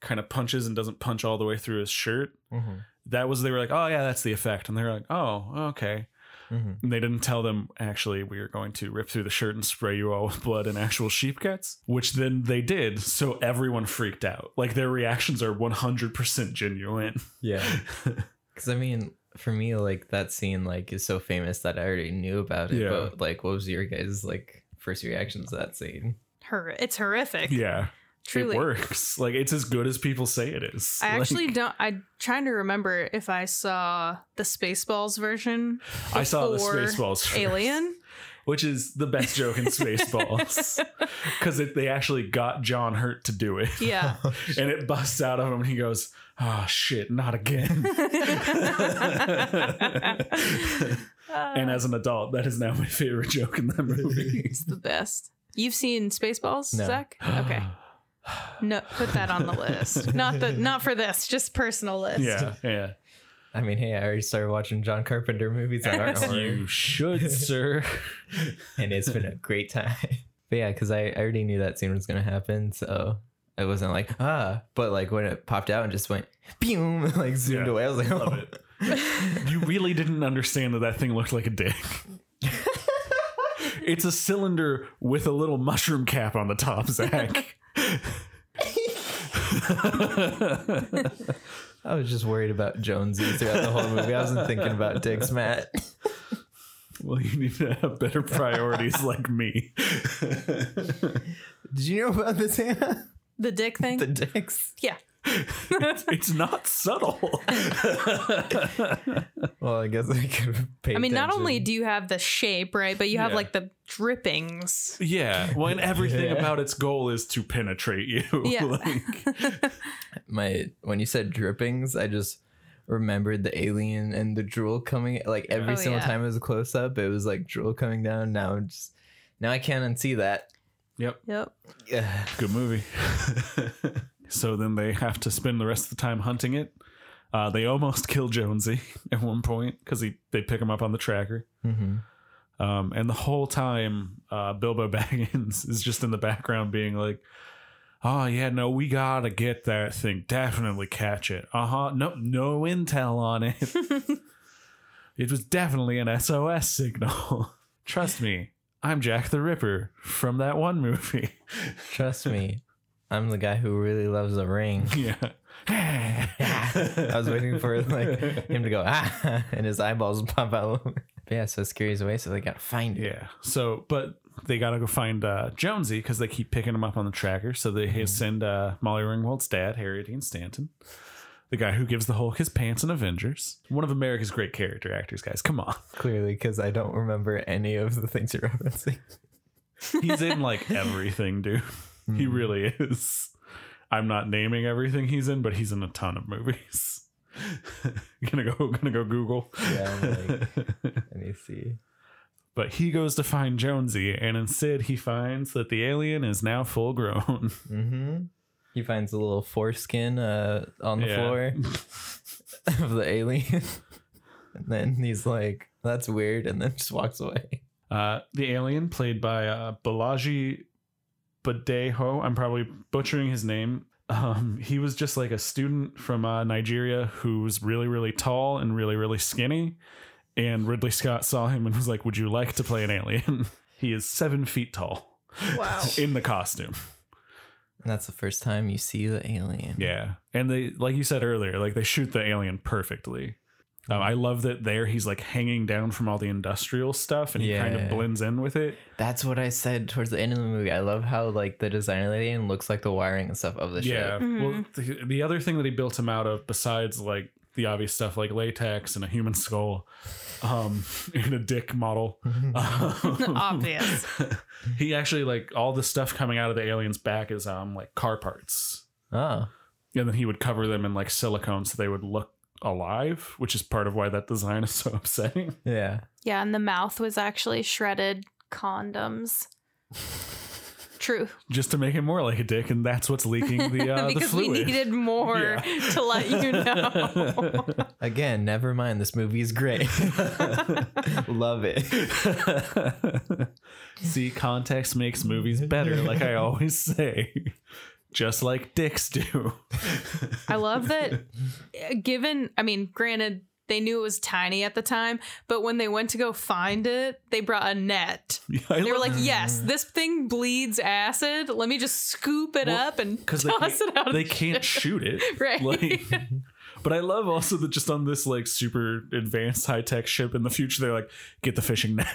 S1: kind of punches and doesn't punch all the way through his shirt.
S3: Mhm.
S1: That was they were like, oh yeah, that's the effect, and they're like, oh okay.
S3: Mhm.
S1: And they didn't tell them actually we are going to rip through the shirt and spray you all with blood and actual sheep guts, which then they did. So everyone freaked out. Like their reactions are 100% genuine.
S3: Yeah. Cause I mean, for me, like that scene like is so famous that I already knew about it.
S1: Yeah.
S3: But like what was your guys' like first reactions to that scene?
S2: Her, it's horrific.
S1: yeah,
S2: truly.
S1: it works. Like it's as good as people say it is.
S2: I
S1: Like,
S2: actually don't. I'm trying to remember if I saw the Spaceballs version.
S1: I saw the
S2: before
S1: Spaceballs first.
S2: Alien.
S1: which is the best joke in Spaceballs because they actually got John Hurt to do it,
S2: Yeah.
S1: and it busts out of him, and he goes, "Oh shit, not again." and as an adult, that is now my favorite joke in that movie.
S2: it's the best. You've seen Spaceballs,
S3: No.
S2: Zach? Okay. No, put that on the list. Not the not for this, just personal list.
S1: yeah, yeah.
S3: I mean, hey, I already started watching John Carpenter movies that aren't horror,
S1: You should, sir.
S3: and it's been a great time. But yeah, because I, I already knew that scene was gonna happen, so I wasn't like ah, but like when it popped out and just went boom, and, like zoomed
S1: Yeah.
S3: away, I was like,
S1: Love
S3: oh.
S1: it. You really didn't understand that that thing looked like a dick. it's a cylinder with a little mushroom cap on the top, Zach.
S3: I was just worried about Jonesy throughout the whole movie. I wasn't thinking about dicks, Matt.
S1: Well, you need to have better priorities like me.
S3: Did you know about this, Hannah?
S2: The dick thing?
S3: The dicks.
S2: yeah.
S1: It's not subtle.
S3: Well, I guess I could have paid.
S2: I mean, not only
S3: attention.
S2: do you have the shape, right? But you have
S1: Yeah.
S2: like the drippings.
S1: Yeah. Well, and everything
S3: Yeah.
S1: about its goal is to penetrate you.
S2: Yeah.
S1: Like,
S3: my when you said drippings, I just remembered the alien and the drool coming like every
S2: Oh,
S3: single
S2: yeah.
S3: time it was a close up, it was like drool coming down. Now I'm just now I can't unsee that.
S2: Yep.
S3: Yeah.
S1: good movie. so then they have to spend the rest of the time hunting it. Uh, they almost kill Jonesy at one point because he they pick him up on the tracker.
S3: Mm-hmm.
S1: Um, and the whole time, uh, Bilbo Baggins is just in the background being like, Oh, yeah, no, we gotta get that thing. Definitely catch it. Uh huh. No, no intel on it. it was definitely an SOS signal. Trust me, I'm Jack the Ripper from that one movie.
S3: Trust me, I'm the guy who really loves the ring.
S1: yeah.
S3: I was waiting for like him to go ah, and his eyeballs pop out. But yeah, so it scaries away, so they gotta find it.
S1: Yeah. So, but they gotta go find uh, Jonesy because they keep picking him up on the tracker. So they send uh, Molly Ringwald's dad, Harry Dean Stanton, the guy who gives the Hulk his pants in Avengers, one of America's great character actors. Guys, come on,
S3: Clearly, because I don't remember any of the things you're referencing.
S1: he's in like everything, dude. He
S3: Hmm.
S1: really is. I'm not naming everything he's in, but he's in a ton of movies. gonna go, gonna go Google.
S3: Yeah, Let me see.
S1: but he goes to find Jonesy, and instead he finds that the alien is now full grown.
S3: Mm-hmm. He finds a little foreskin uh, on the
S1: Yeah.
S3: floor of the alien. and then he's like, that's weird. And then just walks away.
S1: Uh, the alien, played by uh, Balaji Badejo, I'm probably butchering his name. Um, he was just like a student from uh, Nigeria who was really, really tall and really, really skinny. And Ridley Scott saw him and was like, Would you like to play an alien? he is seven feet tall
S2: Wow.
S1: in the costume.
S3: And that's the first time you see the alien.
S1: Yeah. And they, like you said earlier, like they shoot the alien perfectly. Um, I love that there he's like hanging down from all the industrial stuff and he kind of
S3: Yeah.
S1: blends in with it.
S3: That's what I said towards the end of the movie. I love how like the design of the alien looks like the wiring and stuff of the
S1: Yeah.
S3: ship.
S2: Mm-hmm.
S1: Well, the, the other thing that he built him out of, besides like the obvious stuff like latex and a human skull, um, and a dick model,
S2: Mm-hmm.
S1: um,
S2: Obvious.
S1: he actually like all the stuff coming out of the alien's back is um like car parts,
S3: Oh.
S1: and then he would cover them in like silicone so they would look alive, which is part of why that design is so upsetting.
S3: Yeah.
S2: Yeah, and the mouth was actually shredded condoms. True,
S1: Just to make it more like a dick, and that's what's leaking the uh, the
S2: because we
S1: fluid.
S2: needed more
S1: Yeah.
S2: to let you know.
S3: Again, never mind. This movie is great. love it.
S1: See, context makes movies better, like I always say. just like dicks do.
S2: I love that uh, given, I mean, granted, they knew it was tiny at the time, but when they went to go find it, they brought a net.
S1: I
S2: They were like, yes,
S1: Mm.
S2: this thing bleeds acid. Let me just scoop it
S1: Well,
S2: up and
S1: because they
S2: toss
S1: can't,
S2: it out.
S1: they can't shoot it,
S2: Right.
S1: Like, but I love also that just on this like super advanced high tech ship in the future, they're like, get the fishing net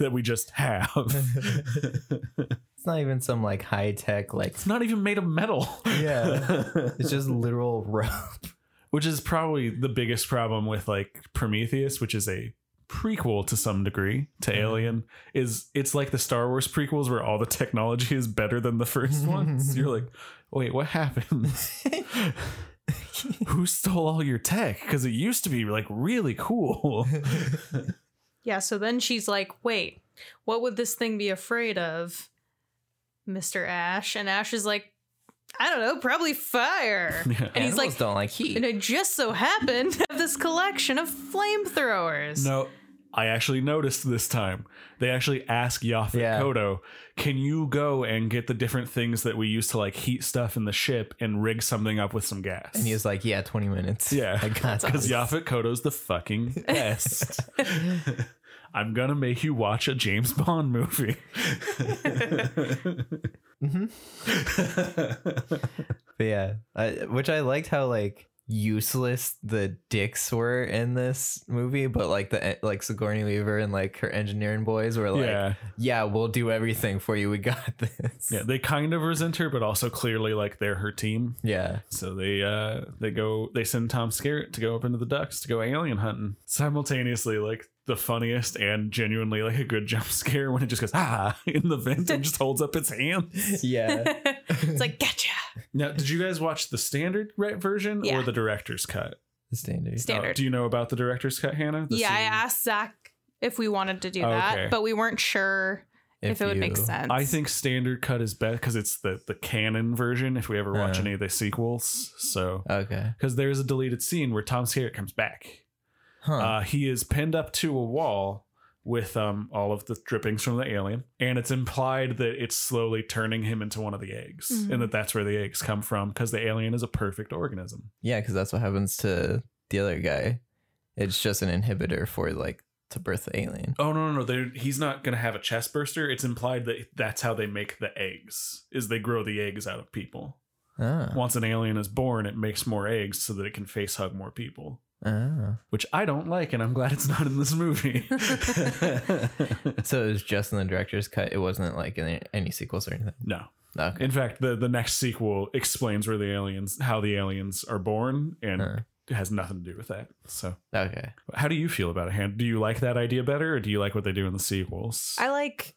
S1: that we just have.
S3: It's not even some like high tech like
S1: It's not even made of metal.
S3: yeah. It's just literal rope.
S1: which is probably the biggest problem with like Prometheus, which is a prequel to some degree to
S3: Mm-hmm.
S1: Alien, is it's like the Star Wars prequels where all the technology is better than the first ones. You're like, wait, what happened? Who stole all your tech? Because it used to be like really cool.
S2: yeah, so then she's like, wait, what would this thing be afraid of, Mr. Ash? And Ash is like, I don't know, probably fire.
S1: Yeah.
S2: And he's
S3: Animals
S2: like,
S3: don't like heat.
S2: and I just so happened to have this collection of flamethrowers.
S1: No, I actually noticed this time. They actually ask Yaphet
S3: Yeah.
S1: Kodo, can you go and get the different things that we use to like heat stuff in the ship and rig something up with some gas?
S3: And he was like, "Yeah, twenty minutes."
S1: Yeah.
S3: I got
S1: Because
S3: this.
S1: Yaphet Koto's the fucking best. I'm gonna make you watch a James Bond movie.
S3: Mm-hmm. But yeah, I, which I liked how like useless the dicks were in this movie, but like the like Sigourney Weaver and like her engineering boys were like,
S1: yeah,
S3: "Yeah, we'll do everything for you. We got this."
S1: yeah. They kind of resent her, but also clearly like they're her team.
S3: Yeah.
S1: So they uh they go they send Tom Skerritt to go up into the ducks to go alien hunting simultaneously. Like the funniest and genuinely like a good jump scare when it just goes ah in the vent and just holds up its hand.
S3: Yeah.
S2: it's like, gotcha.
S1: Now, did you guys watch the standard right version
S2: Yeah.
S1: or the director's cut?
S3: the standard.
S1: Oh,
S2: Standard.
S1: do you know about the director's cut, Hannah? The
S2: yeah, I
S1: scene-
S2: asked Zach if we wanted to do
S1: Oh,
S2: that,
S1: okay.
S2: but we weren't sure if, it would make
S3: you-
S2: sense.
S1: I think standard cut is best because it's the the canon version. If we ever watch
S3: Uh.
S1: any of the sequels, so
S3: Okay.
S1: because there's a deleted scene where Tom Skerritt comes back.
S3: Huh.
S1: Uh, he is pinned up to a wall with um all of the drippings from the alien, and it's implied that it's slowly turning him into one of the eggs,
S2: Mhm.
S1: and that that's where the eggs come from because the alien is a perfect organism.
S3: yeah, because that's what happens to the other guy. It's just an inhibitor for like to birth the alien.
S1: Oh no no no! they're- He's not gonna have a chest burster. It's implied that that's how they make the eggs. Is they grow the eggs out of people.
S3: Ah.
S1: Once an alien is born, it makes more eggs so that it can face hug more people,
S3: Ah.
S1: which I don't like, and I'm glad it's not in this movie.
S3: So it was just in the director's cut. It wasn't like in any sequels or anything.
S1: no.
S3: Okay.
S1: In fact, the, the next sequel explains where the aliens, how the aliens are born, and
S3: Uh,
S1: it has nothing to do with that. So,
S3: okay.
S1: how do you feel about it, Han? Do you like that idea better, or do you like what they do in the sequels?
S2: I like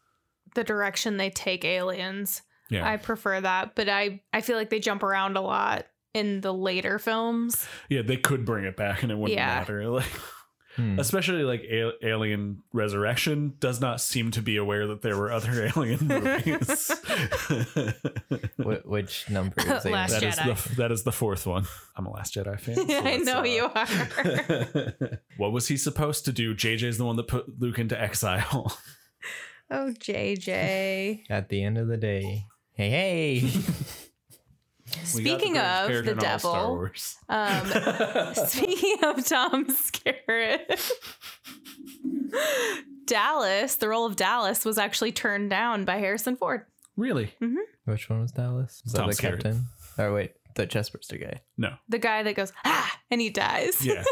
S2: the direction they take aliens.
S1: yeah,
S2: I prefer that, but I I feel like they jump around a lot in the later films.
S1: yeah, they could bring it back, and it wouldn't
S2: Yeah.
S1: matter. Like,
S3: Hmm.
S1: especially like Al- Alien Resurrection does not seem to be aware that there were other alien movies.
S3: Wh- which number is it?
S2: Last
S1: That is
S2: Jedi.
S1: the that is the fourth one. I'm a Last Jedi fan. so
S2: I
S1: let's,
S2: know
S1: uh,
S2: you are.
S1: what was he supposed to do? JJ's the one that put Luke into exile.
S2: oh, JJ.
S3: At the end of the day, hey, hey.
S1: We got the
S2: Speaking
S1: greatest
S2: of
S1: character
S2: the
S1: in all of Star
S2: devil,
S1: Wars.
S2: um, Speaking of Tom Skerritt, Dallas, the role of Dallas was actually turned down by Harrison Ford.
S1: really?
S3: which one was Dallas? Was that
S1: Tom
S3: the
S1: Skerritt.
S3: captain? Or wait, the chestburster guy.
S1: No.
S2: The guy that goes, ah, and he dies.
S1: Yeah.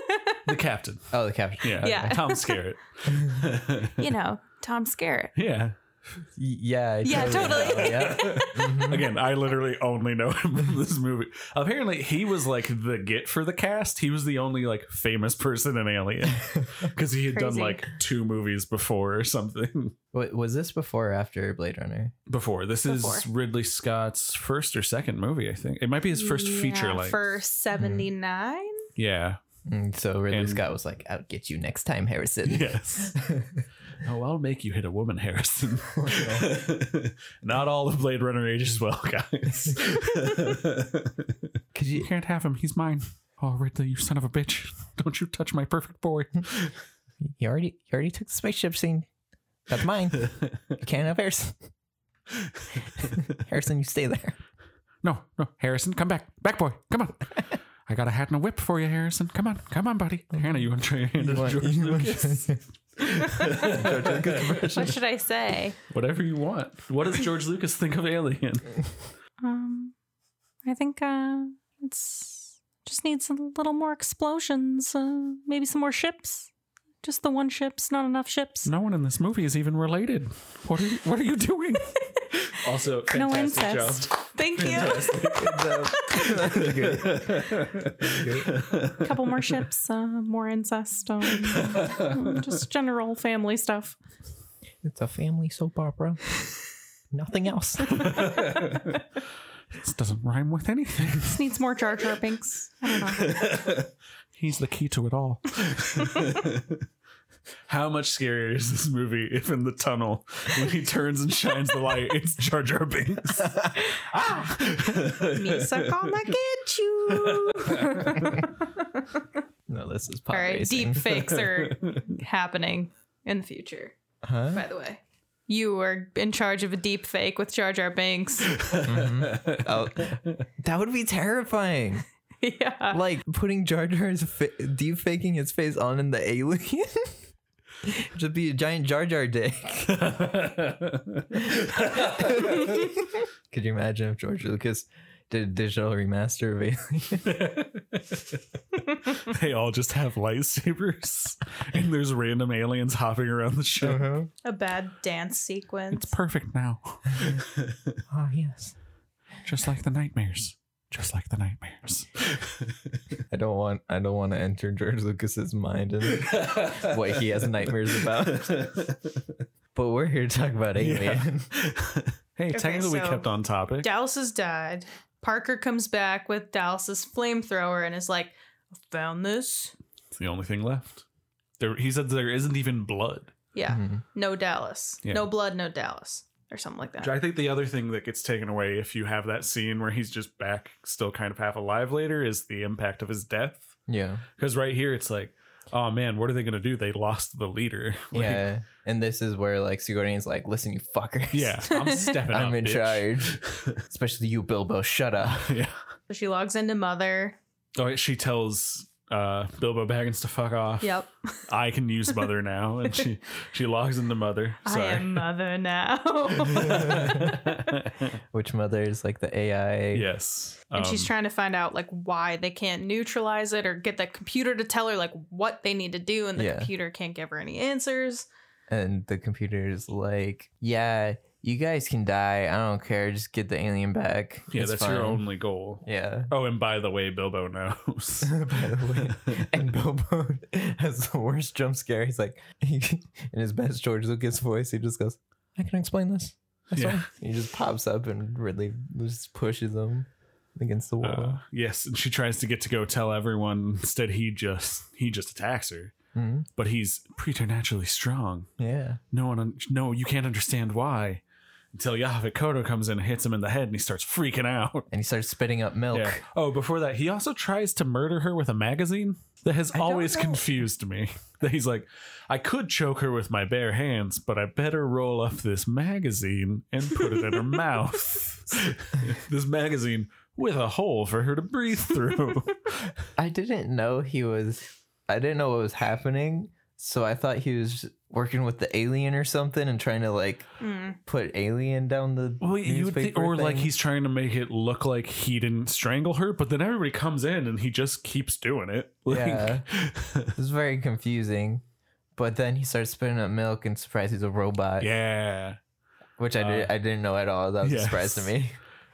S1: The captain.
S3: Oh, the captain.
S1: Yeah.
S3: Okay.
S2: Yeah.
S1: Tom Skerritt.
S2: You know, Tom Skerritt.
S1: yeah.
S3: Y- Yeah. I
S2: Yeah,
S3: know.
S2: totally.
S3: yeah.
S1: Again, I literally only know him from this movie. Apparently, he was like the get for the cast. He was the only like famous person in Alien because he had done
S2: Crazy.
S1: like two movies before or something.
S3: Wait, was this before or after Blade Runner?
S1: Before this is
S2: Before.
S1: Ridley Scott's first or second movie, I think. It might be his first
S2: Yeah,
S1: feature Mm-hmm. length.
S2: For 79?
S1: Yeah.
S3: Mm, so Ridley
S1: And-
S3: Scott was like, "I'll get you next time, Harrison."
S1: Yes. oh, I'll make you hit a woman, Harrison. Not all of Blade Runner ages well, guys.
S3: Could
S1: you
S3: you?
S1: can't have him. He's mine. Oh, Ridley, you son of a bitch! Don't you touch my perfect boy.
S3: You already, you already took the spaceship scene. That's mine. you can't have Harrison. Harrison, you stay there.
S4: No, no, Harrison, come back. Back boy, come on. I got a hat and a whip for you, Harrison. Come on, come on, buddy. Hannah, you want to try your hand at George Lucas?
S2: What should I say?
S1: Whatever you want. What does George Lucas think of Alien?
S2: Um, I think uh, it's just needs a little more explosions. Uh, maybe some more ships. Just the one ship's not enough ships.
S4: No one in this movie is even related. What are you, what are you doing?
S1: Also,
S2: No
S1: fantastic
S2: incest. Thank you. A couple more ships, uh, more incest, um, um, just general family stuff.
S3: It's a family soap opera. Nothing else.
S4: This doesn't rhyme with anything.
S2: Just needs more Jar Jar Binks. I don't know.
S4: He's the key to it all.
S1: How much scarier is this movie if in the tunnel when he turns and shines the light, it's Jar Jar Binks?
S2: Misa Kama get you.
S3: No, this is
S2: All
S3: pop
S2: right,
S3: racing.
S2: deep fakes are happening in the future.
S3: Huh?
S2: By the way, you were in charge of a deep fake with Jar Jar Binks.
S3: Oh, that would be terrifying.
S2: yeah.
S3: Like putting Jar Jar's fa- deep faking his face on in the alien. Just be a giant Jar Jar dick. Could you imagine if George Lucas did a digital remaster of Alien?
S1: they all just have lightsabers, and there's random aliens hopping around the ship.
S2: A bad dance sequence.
S4: It's perfect now.
S3: Oh yes.
S4: Just like the nightmares. Just like the nightmares.
S3: I don't want. I don't want to enter George Lucas's mind and what he has nightmares about. But we're here to talk about Alien.
S1: Hey, technically, we
S2: so-
S1: kept on topic.
S2: Dallas has died. Parker comes back with Dallas's flamethrower and is like, I found this.
S1: It's the only thing left. There, he said there isn't even blood.
S2: Yeah.
S3: Mm-hmm.
S2: No Dallas.
S1: Yeah.
S2: No blood, no Dallas. Or something like that.
S1: I think the other thing that gets taken away if you have that scene where he's just back, still kind of half alive later, is the impact of his death.
S3: Yeah.
S1: Because right here, it's like, oh man, what are they going to do? They lost the leader. Like,
S3: yeah. And this is where like Sigourney's like, listen, you fuckers.
S1: Yeah. I'm stepping
S3: I'm
S1: up,
S3: in
S1: bitch."
S3: charge. Especially you, Bilbo. Shut up.
S1: yeah.
S2: So she logs into Mother.
S1: Oh, yeah, she tells uh, Bilbo Baggins to fuck off.
S2: Yep.
S1: I can use mother now. And she, she logs into mother.
S2: I
S1: Sorry.
S2: am Mother now.
S3: Which mother is like the AI.
S1: yes.
S2: and she's
S1: Um,
S2: trying to find out like why they can't neutralize it or get that computer to tell her like what they need to do and the
S3: Yeah.
S2: computer can't give her any answers
S3: And the computer is like, yeah, you guys can die. I don't care. Just get the alien back.
S1: Yeah,
S3: It's
S1: that's your
S3: fine."
S1: only goal.
S3: Yeah.
S1: Oh, and by the way, Bilbo knows.
S3: By the way, and Bilbo has the worst jump scare. He's like, in his best George Lucas voice, he just goes, "I can explain this." That's
S1: Yeah.
S3: all." He just pops up and Ridley just pushes him against the wall.
S1: Uh, yes, and she tries to get to go tell everyone. Instead, he just he just attacks her.
S3: Mhm.
S1: But he's preternaturally strong.
S3: Yeah,
S1: No one, un- no, you can't understand why. Until Yavik Koto comes in and hits him in the head, and he starts freaking out.
S3: and he starts spitting up milk.
S1: Yeah. Oh, before that, he also tries to murder her with a magazine. That has
S3: don't
S1: always
S3: know.
S1: confused me. That he's like, I could choke her with my bare hands, but I better roll up this magazine and put it in her mouth. this magazine with a hole for her to breathe through.
S3: I didn't know he was. I didn't know what was happening, so I thought he was working with the alien or something and trying to like
S2: Mm.
S3: put alien down the.
S1: Well, you would think,
S3: newspaper
S1: or like
S3: thing.
S1: he's trying to make it look like he didn't strangle her, but then everybody comes in and he just keeps doing it. Like,
S3: Yeah. It was very confusing. But then he starts spitting up milk and surprise he's a robot.
S1: yeah.
S3: Which I did
S1: Uh,
S3: I didn't know at all. That was a surprise to
S1: yes.
S3: me.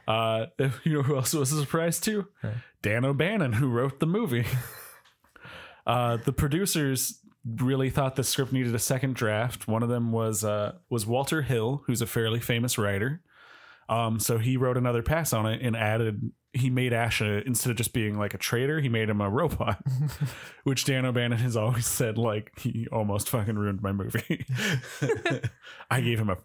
S1: Uh, you know who else was a surprise to?
S3: Huh.
S1: Dan O'Bannon, who wrote the movie. uh, the producers really thought the script needed a second draft. One of them was uh, was Walter Hill, who's a fairly famous writer. Um, so he wrote another pass on it and added. He made Asha instead of just being like a traitor, he made him a robot, which Dan O'Bannon has always said like he almost fucking ruined my movie. I gave him a,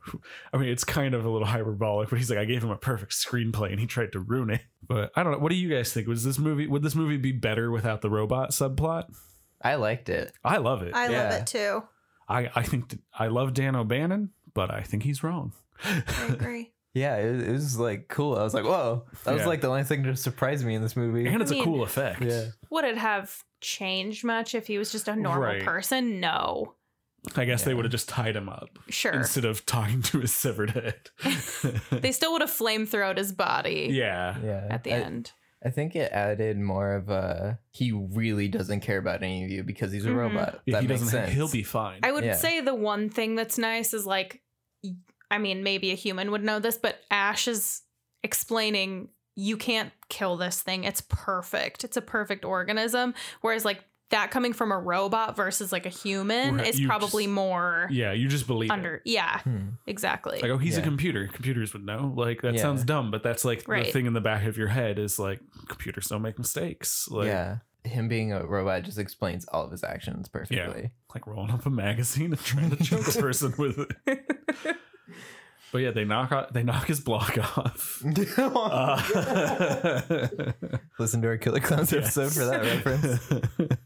S1: I mean, it's kind of a little hyperbolic, but he's like, I gave him a perfect screenplay and he tried to ruin it. But I don't know. What do you guys think? Was this movie, would this movie be better without the robot subplot?
S3: I liked it.
S1: I love it.
S2: i love
S3: Yeah.
S2: it too
S1: I, I think, I love Dan O'Bannon, but I think he's wrong.
S2: i agree
S3: yeah, it, it was like cool. I was like, whoa, that was
S1: Yeah.
S3: like the only thing to surprise me in this movie.
S1: and it's
S2: mean-
S1: a cool effect.
S3: Yeah.
S2: Would it have changed much if he was just a normal
S1: Right.
S2: person? No.
S1: I guess they
S3: Yeah.
S1: would have just tied him up
S2: Sure.
S1: instead of tying to his severed head.
S2: they still would have flamethrowed his body
S1: yeah.
S3: Yeah,
S2: at the
S3: I-
S2: end.
S3: I think it added more of a he really doesn't care about any of you because he's a
S2: Mhm.
S3: robot.
S1: If
S3: that
S1: he
S3: makes
S1: doesn't,
S3: sense.
S1: he'll be fine.
S2: I would
S3: Yeah.
S2: say the one thing that's nice is like, y- I mean, maybe a human would know this, but Ash is explaining you can't kill this thing. It's perfect. It's a perfect organism. Whereas like that coming from a robot versus like a human
S1: Right,
S2: is
S1: you
S2: probably
S1: just-
S2: more
S1: yeah, you just believe it.
S2: under. Yeah,
S3: Hmm.
S2: exactly.
S1: Like, oh, he's a
S3: Yeah.
S1: computer. Computers would know. Like, that
S3: Yeah.
S1: sounds dumb, but that's like the
S2: Right.
S1: thing in the back of your head is like, computers don't make mistakes. Like,
S3: yeah, him being a robot just explains all of his actions perfectly.
S1: like rolling up a magazine and trying to choke a person with it. But yeah, they knock out, they knock his block off. Uh,
S3: Oh Listen to our Killer Clowns
S1: Yes.
S3: episode for that reference.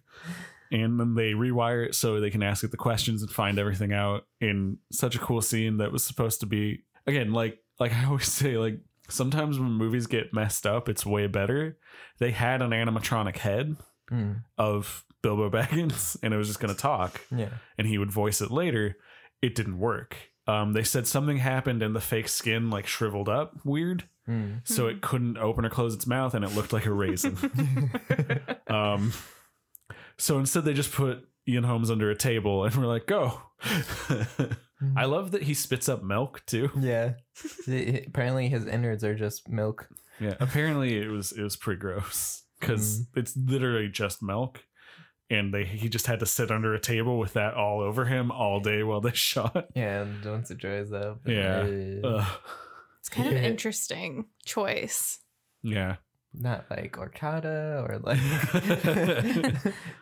S1: and then they rewire it so they can ask it the questions and find everything out in such a cool scene that was supposed to be again like like i always say like sometimes when movies get messed up it's way better they had an animatronic head
S3: Hmm,
S1: of bilbo baggins and it was just going to talk
S3: Yeah,
S1: and he would voice it later it didn't work um, they said something happened and the fake skin like shriveled up weird
S3: Hmm.
S1: so it couldn't open or close its mouth and it looked like a raisin um, so instead, they just put Ian Holmes under a table, and we're like, "Go!" I love that he spits up milk too.
S3: yeah. He- Apparently, his innards are just milk.
S1: Yeah, apparently it was it was pretty gross because it's literally just milk, and they he just had to sit under a table with that all over him all day while they shot.
S3: Yeah, and once it dries up.
S1: Yeah.
S3: uh,
S1: Ugh.
S2: it's kind of an
S3: Yeah.
S2: interesting choice.
S1: Yeah,
S3: not like orcata or like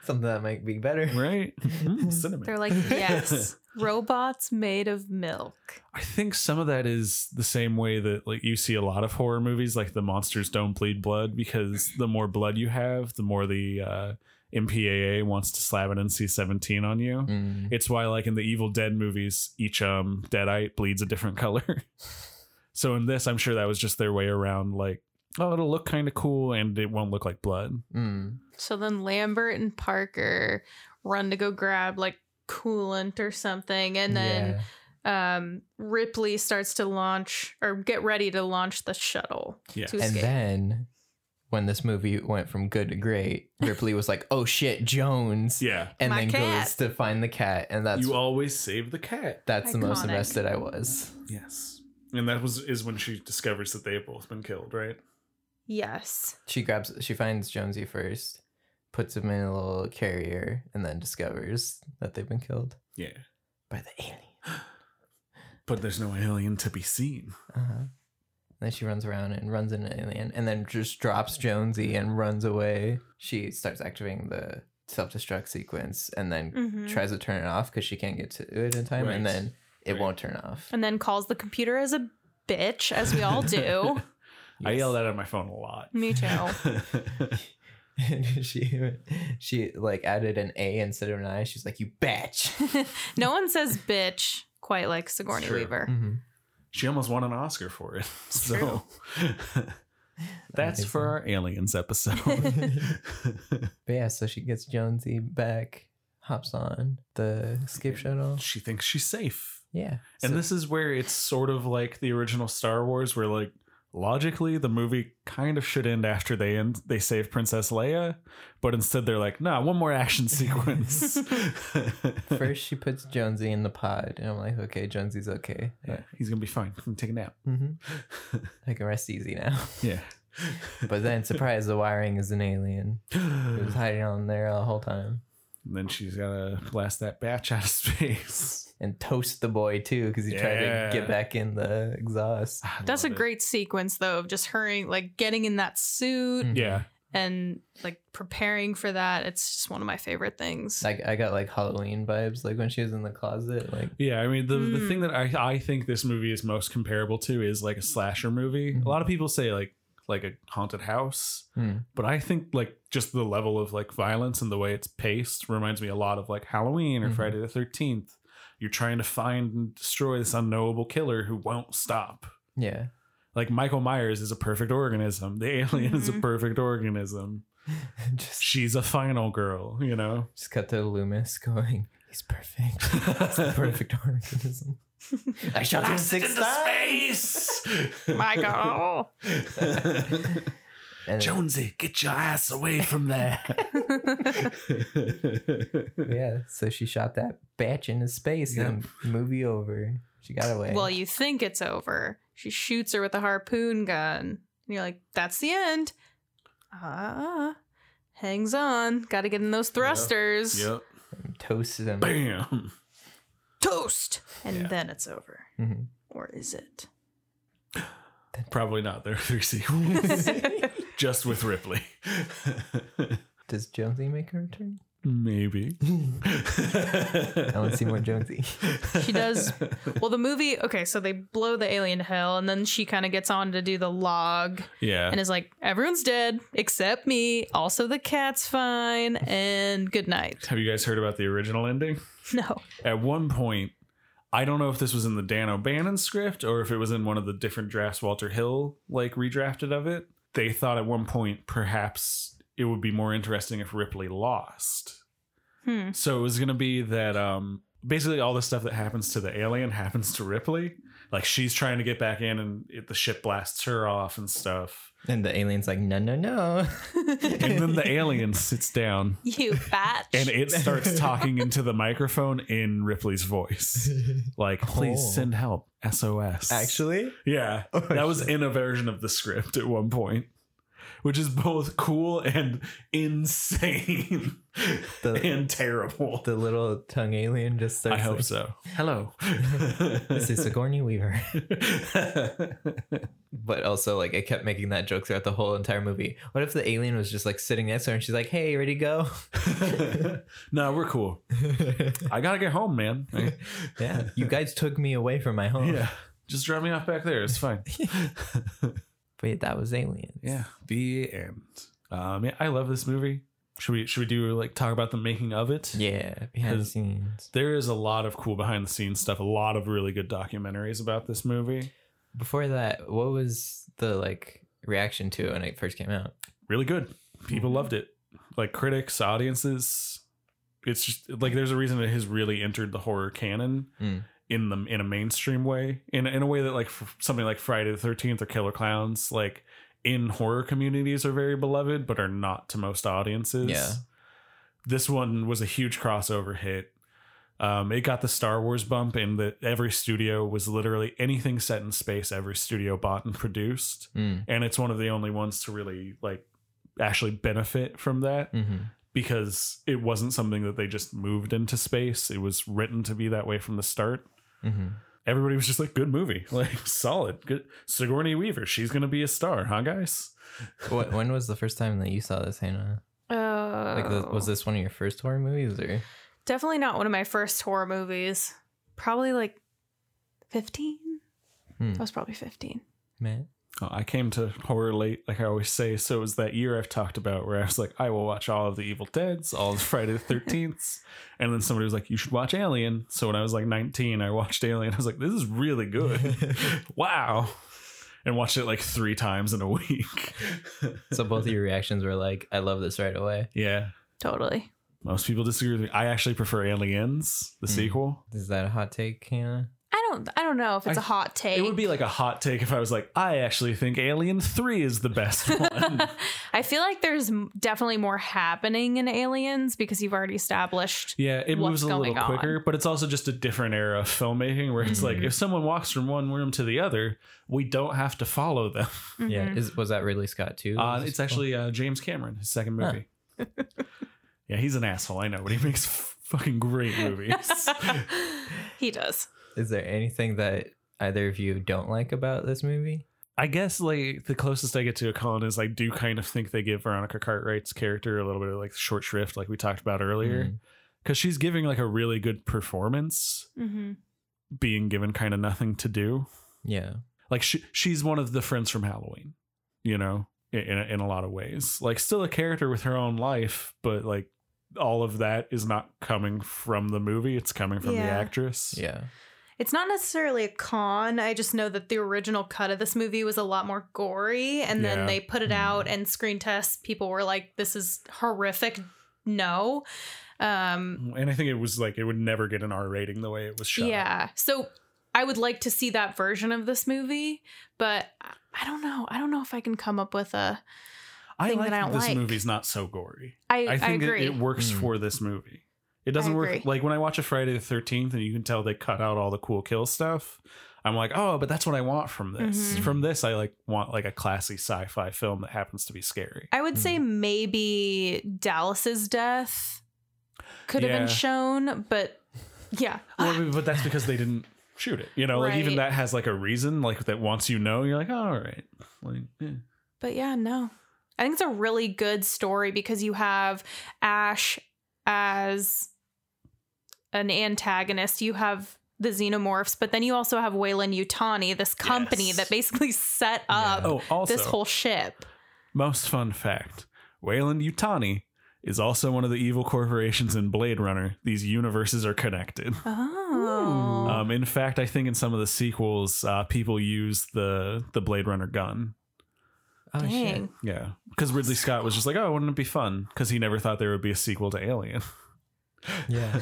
S3: something that might be better.
S1: right. Mm, cinnamon.
S2: They're like, yes, robots made of milk.
S1: I think some of that is the same way that like you see a lot of horror movies, like the monsters don't bleed blood, because the more blood you have, the more the uh, MPAA wants to slap an NC-17 on you.
S3: Mm.
S1: It's why, like in the Evil Dead movies, each um deadite bleeds a different color. so in this, I'm sure that was just their way around, like, oh, it'll look kind of cool and it won't look like blood.
S3: Mm.
S2: So then Lambert and Parker run to go grab like coolant or something. And then um, Ripley starts to launch or get ready to launch the shuttle
S1: Yeah.
S2: to
S3: Yeah. and
S2: escape.
S3: then when this movie went from good to great, Ripley was like, "Oh shit, Jones,"
S1: Yeah.
S3: and
S2: My
S3: then
S2: cat.
S3: goes to find the cat, and that's
S1: you always save the cat.
S3: that's the most
S2: Iconic.
S3: invested I was.
S1: Yes. And that was is when she discovers that they have both been killed, right?
S2: yes.
S3: She grabs, she finds Jonesy first, puts him in a little carrier, and then discovers that they've been killed
S1: Yeah.
S3: by the alien.
S1: But there's no alien to be seen.
S3: Uh-huh. Then she runs around and runs into an alien and then just drops Jonesy and runs away. She starts activating the self destruct sequence and then
S2: Mhm.
S3: tries to turn it off because she can't get to it in time and
S1: Right.
S3: then it
S1: Right.
S3: won't turn off.
S2: And then calls the computer as a bitch, as we all do.
S1: I
S3: Yes.
S1: yell that at my phone a lot.
S2: Me too.
S3: And she she like added an A instead of an I. She's like, You batch.
S2: no one says bitch quite like Sigourney
S1: It's true.
S2: Weaver.
S3: Mhm.
S1: she almost won an Oscar for it. So that's
S3: Amazing.
S1: for our aliens episode.
S3: But yeah, so she gets Jonesy back, hops on the skip shuttle.
S1: she thinks she's safe.
S3: Yeah.
S1: And
S3: So-
S1: this is where it's sort of like the original Star Wars where like logically the movie kind of should end after they end they save Princess Leia, but instead they're like, nah, one more action sequence.
S3: First, she puts Jonesy in the pod, and I'm like, okay, Jonesy's okay.
S1: Yeah, he's gonna be fine. He can take a nap.
S3: hmm I can rest easy now.
S1: Yeah.
S3: But then, surprise, the wiring is an alien. It was
S1: and
S3: hiding on there the whole time.
S1: then she's gotta blast that batch out of space.
S3: And toast the boy, too, because he tried to
S1: Yeah.
S3: get back in the exhaust.
S1: I
S2: That's a
S1: love it.
S2: great sequence though of just hurrying like getting in that suit
S3: Mhm.
S1: yeah.
S2: and like preparing for that. It's just one of my favorite things.
S3: I, I got like Halloween vibes, like when she was in the closet. Like,
S1: Yeah, I mean the, the
S2: Mm.
S1: thing that I, I think this movie is most comparable to is like a slasher movie.
S3: Mhm.
S1: A lot of people say like like a haunted house,
S3: Hmm.
S1: but I think like just the level of like violence and the way it's paced reminds me a lot of like Halloween or
S3: Mhm.
S1: Friday the Thirteenth. You're trying to find and destroy this unknowable killer who won't stop.
S3: yeah.
S1: Like Michael Myers is a perfect organism. The alien is a
S2: Mhm.
S1: perfect organism.
S3: just,
S1: She's a final girl, you know?
S3: just cut to Loomis going, he's perfect. It's the perfect organism. I shot
S2: oh
S3: him six
S1: Into
S3: times.
S1: space!
S2: Michael.
S3: And-
S1: Jonesy, get your ass away from there.
S3: Yeah, so she shot that batch into space and movie over. She got away.
S2: well, you think it's over. She shoots her with a harpoon gun. And you're like, that's the end. Ah. Hangs on. Got to get in those thrusters.
S1: yep.
S3: toasted him.
S1: Bam.
S2: Toast. And
S1: Yeah.
S2: then it's over.
S3: Mhm.
S2: Or is it?
S1: Probably not. There are three sequels, just with Ripley.
S3: Does Jonesy make her return?
S1: Maybe.
S3: I want to see more Jonesy.
S2: she does. Well, the movie, okay, so they blow the alien to hell, and then she kind of gets on to do the log.
S1: Yeah.
S2: and is like, everyone's dead except me. Also, the cat's fine. And good night.
S1: Have you guys heard about the original ending?
S2: No.
S1: At one point, I don't know if this was in the Dan O'Bannon script or if it was in one of the different drafts Walter Hill like redrafted of it. They thought at one point perhaps it would be more interesting if Ripley lost.
S2: Hmm.
S1: So it was gonna be that um basically all the stuff that happens to the alien happens to Ripley. Like she's trying to get back in and it, the ship blasts her off and stuff.
S3: And the alien's like, no, no, no.
S1: And then the alien sits down
S2: You batch.
S1: and it starts talking into the microphone in Ripley's voice. Like, please
S3: Oh.
S1: send help. SOS.
S3: Actually,
S1: Yeah.
S3: Oh,
S1: that was
S3: shit.
S1: in a version of the script at one point. Which is both cool and insane
S3: The-
S1: and terrible.
S3: the little tongue alien just
S1: I
S3: starts.
S1: hope
S3: like,
S1: so. Hello.
S3: This is Sigourney Weaver.
S1: yeah,
S3: But also, like, I kept making that joke throughout the whole entire movie. What if the alien was just like sitting next to her and she's like, hey, ready to go?
S1: no, we're cool. I gotta get home, man.
S3: yeah. You guys took me away from my home.
S1: yeah, just drop me off back there. It's fine.
S3: Wait, that was aliens.
S1: yeah, the end. Um, yeah, I love this movie. Should we should we do like talk about the making of it?
S3: Yeah. Behind the
S1: 'Cause-
S3: scenes.
S1: There is a lot of cool behind the scenes stuff. A lot of really good documentaries about this movie.
S3: Before that, what was the like reaction to it when it first came out?
S1: Really good. People loved it. Like critics, audiences. It's just like there's a reason it has really entered the horror canon.
S3: Mm.
S1: in the in a mainstream way in in a way that like f- something like Friday the 13th or Killer Clowns like in horror communities are very beloved but are not to most audiences.
S3: Yeah.
S1: This one was a huge crossover hit. Um, it got the Star Wars bump in that every studio was literally anything set in space every studio bought and produced
S3: Mm.
S1: and it's one of the only ones to really like actually benefit from that
S3: hmm
S1: because it wasn't something that they just moved into space. It was written to be that way from the start
S3: hmm
S1: everybody was just like, good movie, like solid. Good Sigourney Weaver, she's gonna be a star, huh, guys?
S3: what, when was the first time that you saw this, Hannah?
S2: Oh.
S3: Like, the, was this one of your first horror movies, or
S2: Definitely not one of my first horror movies. Probably like 15.
S3: Hmm.
S2: I was probably 15.
S3: Matt?
S1: Oh, I came to horror late, like I always say. So it was that year I've talked about where I was like, I will watch all of the Evil Dead's, all of Friday the Thirteenth, and then somebody was like, you should watch Alien. So when I was like 19, I watched Alien. I was like, this is really good. wow. And watched it like three times in a week.
S3: So both of your reactions were like, "I love this right away."
S1: yeah.
S2: Totally.
S1: Most people disagree with me. I actually prefer Aliens, the
S3: Mm.
S1: sequel.
S3: Is that a hot take, Hannah?
S2: I don't I don't know if it's
S1: I-
S2: a hot take.
S1: It would be like a hot take if I was like, I actually think Alien 3 is the best one.
S2: I feel like there's m- definitely more happening in Aliens because you've already established
S1: yeah, it
S2: What's
S1: moves a little
S2: going on?
S1: quicker, but it's also just a different era of filmmaking where it's
S3: Mm-hmm.
S1: like
S2: Mhm.
S1: if someone walks from one room to the other, we don't have to follow them.
S3: Yeah.
S2: Mhm.
S3: Is was that Ridley Scott too?
S1: Uh,
S3: Was this
S1: it's actually uh, James Cameron, his second
S3: Huh.
S1: movie. yeah, he's an asshole, I know, but he makes f- fucking great movies.
S2: he does.
S3: cool? Is there anything that either of you don't like about this movie?
S1: I guess like the closest I get to a con is I do kind of think they give Veronica Cartwright's character a little bit of like short shrift, like we talked about earlier,
S3: Mm.
S1: because she's giving like a really good performance.
S2: Mm-hmm.
S1: being given kind of nothing to do.
S3: Yeah.
S1: Like she, she's one of the friends from Halloween, you know, in in a, in a lot of ways. Like still a character with her own life, but like all of that is not coming from the movie. It's coming from the
S2: Yeah.
S1: actress.
S3: Yeah.
S2: It's not necessarily a con. I just know that the original cut of this movie was a lot more gory, and
S1: Yeah. Mm-hmm.
S2: then they put it out and screen tests. People were like, "This is horrific." No, um,
S1: And I think it was like it would never get an R rating the way it was shot.
S2: yeah. So I would like to see that version of this movie, but I- I don't know. I don't know if I can come up with a.
S1: I
S2: Thing
S1: like
S2: that I
S1: that
S2: don't
S1: this
S2: like.
S1: movie's not so gory.
S2: I
S1: I think
S2: I
S1: it,
S2: agree.
S1: it works
S3: Mm.
S1: for this movie. It doesn't
S2: agree.
S1: work like when I watch a Friday the Thirteenth, and you can tell they cut out all the cool kill stuff. I'm like, oh, but that's what I want from this.
S2: Mhm.
S1: From this, I like want like a classy sci-fi film that happens to be scary.
S2: I would say
S1: Hmm.
S2: maybe Dallas's death could have
S1: Yeah.
S2: been shown, but yeah.
S1: Well, I mean, but that's because they didn't shoot it. You know, like even
S2: Ah. Right.
S1: that has like a reason. Like that once you know, you're like, oh, all right, like yeah.
S2: But yeah, no. I think it's a really good story because you have Ash as an antagonist. You have the xenomorphs, but then you also have Wayland Utani, this company
S1: Yes.
S2: that basically set up
S1: Oh, also
S2: this whole ship.
S1: most fun fact: Wayland Utani is also one of the evil corporations in Blade Runner. These universes are connected.
S2: Oh.
S1: Um, in fact, I think in some of the sequels, uh, people use the the Blade Runner gun.
S3: Oh
S2: Dang.
S3: shit.
S1: Yeah, because Ridley Scott was just like, "Oh, wouldn't it be fun?" Because he never thought there would be a sequel to Alien.
S3: Yeah.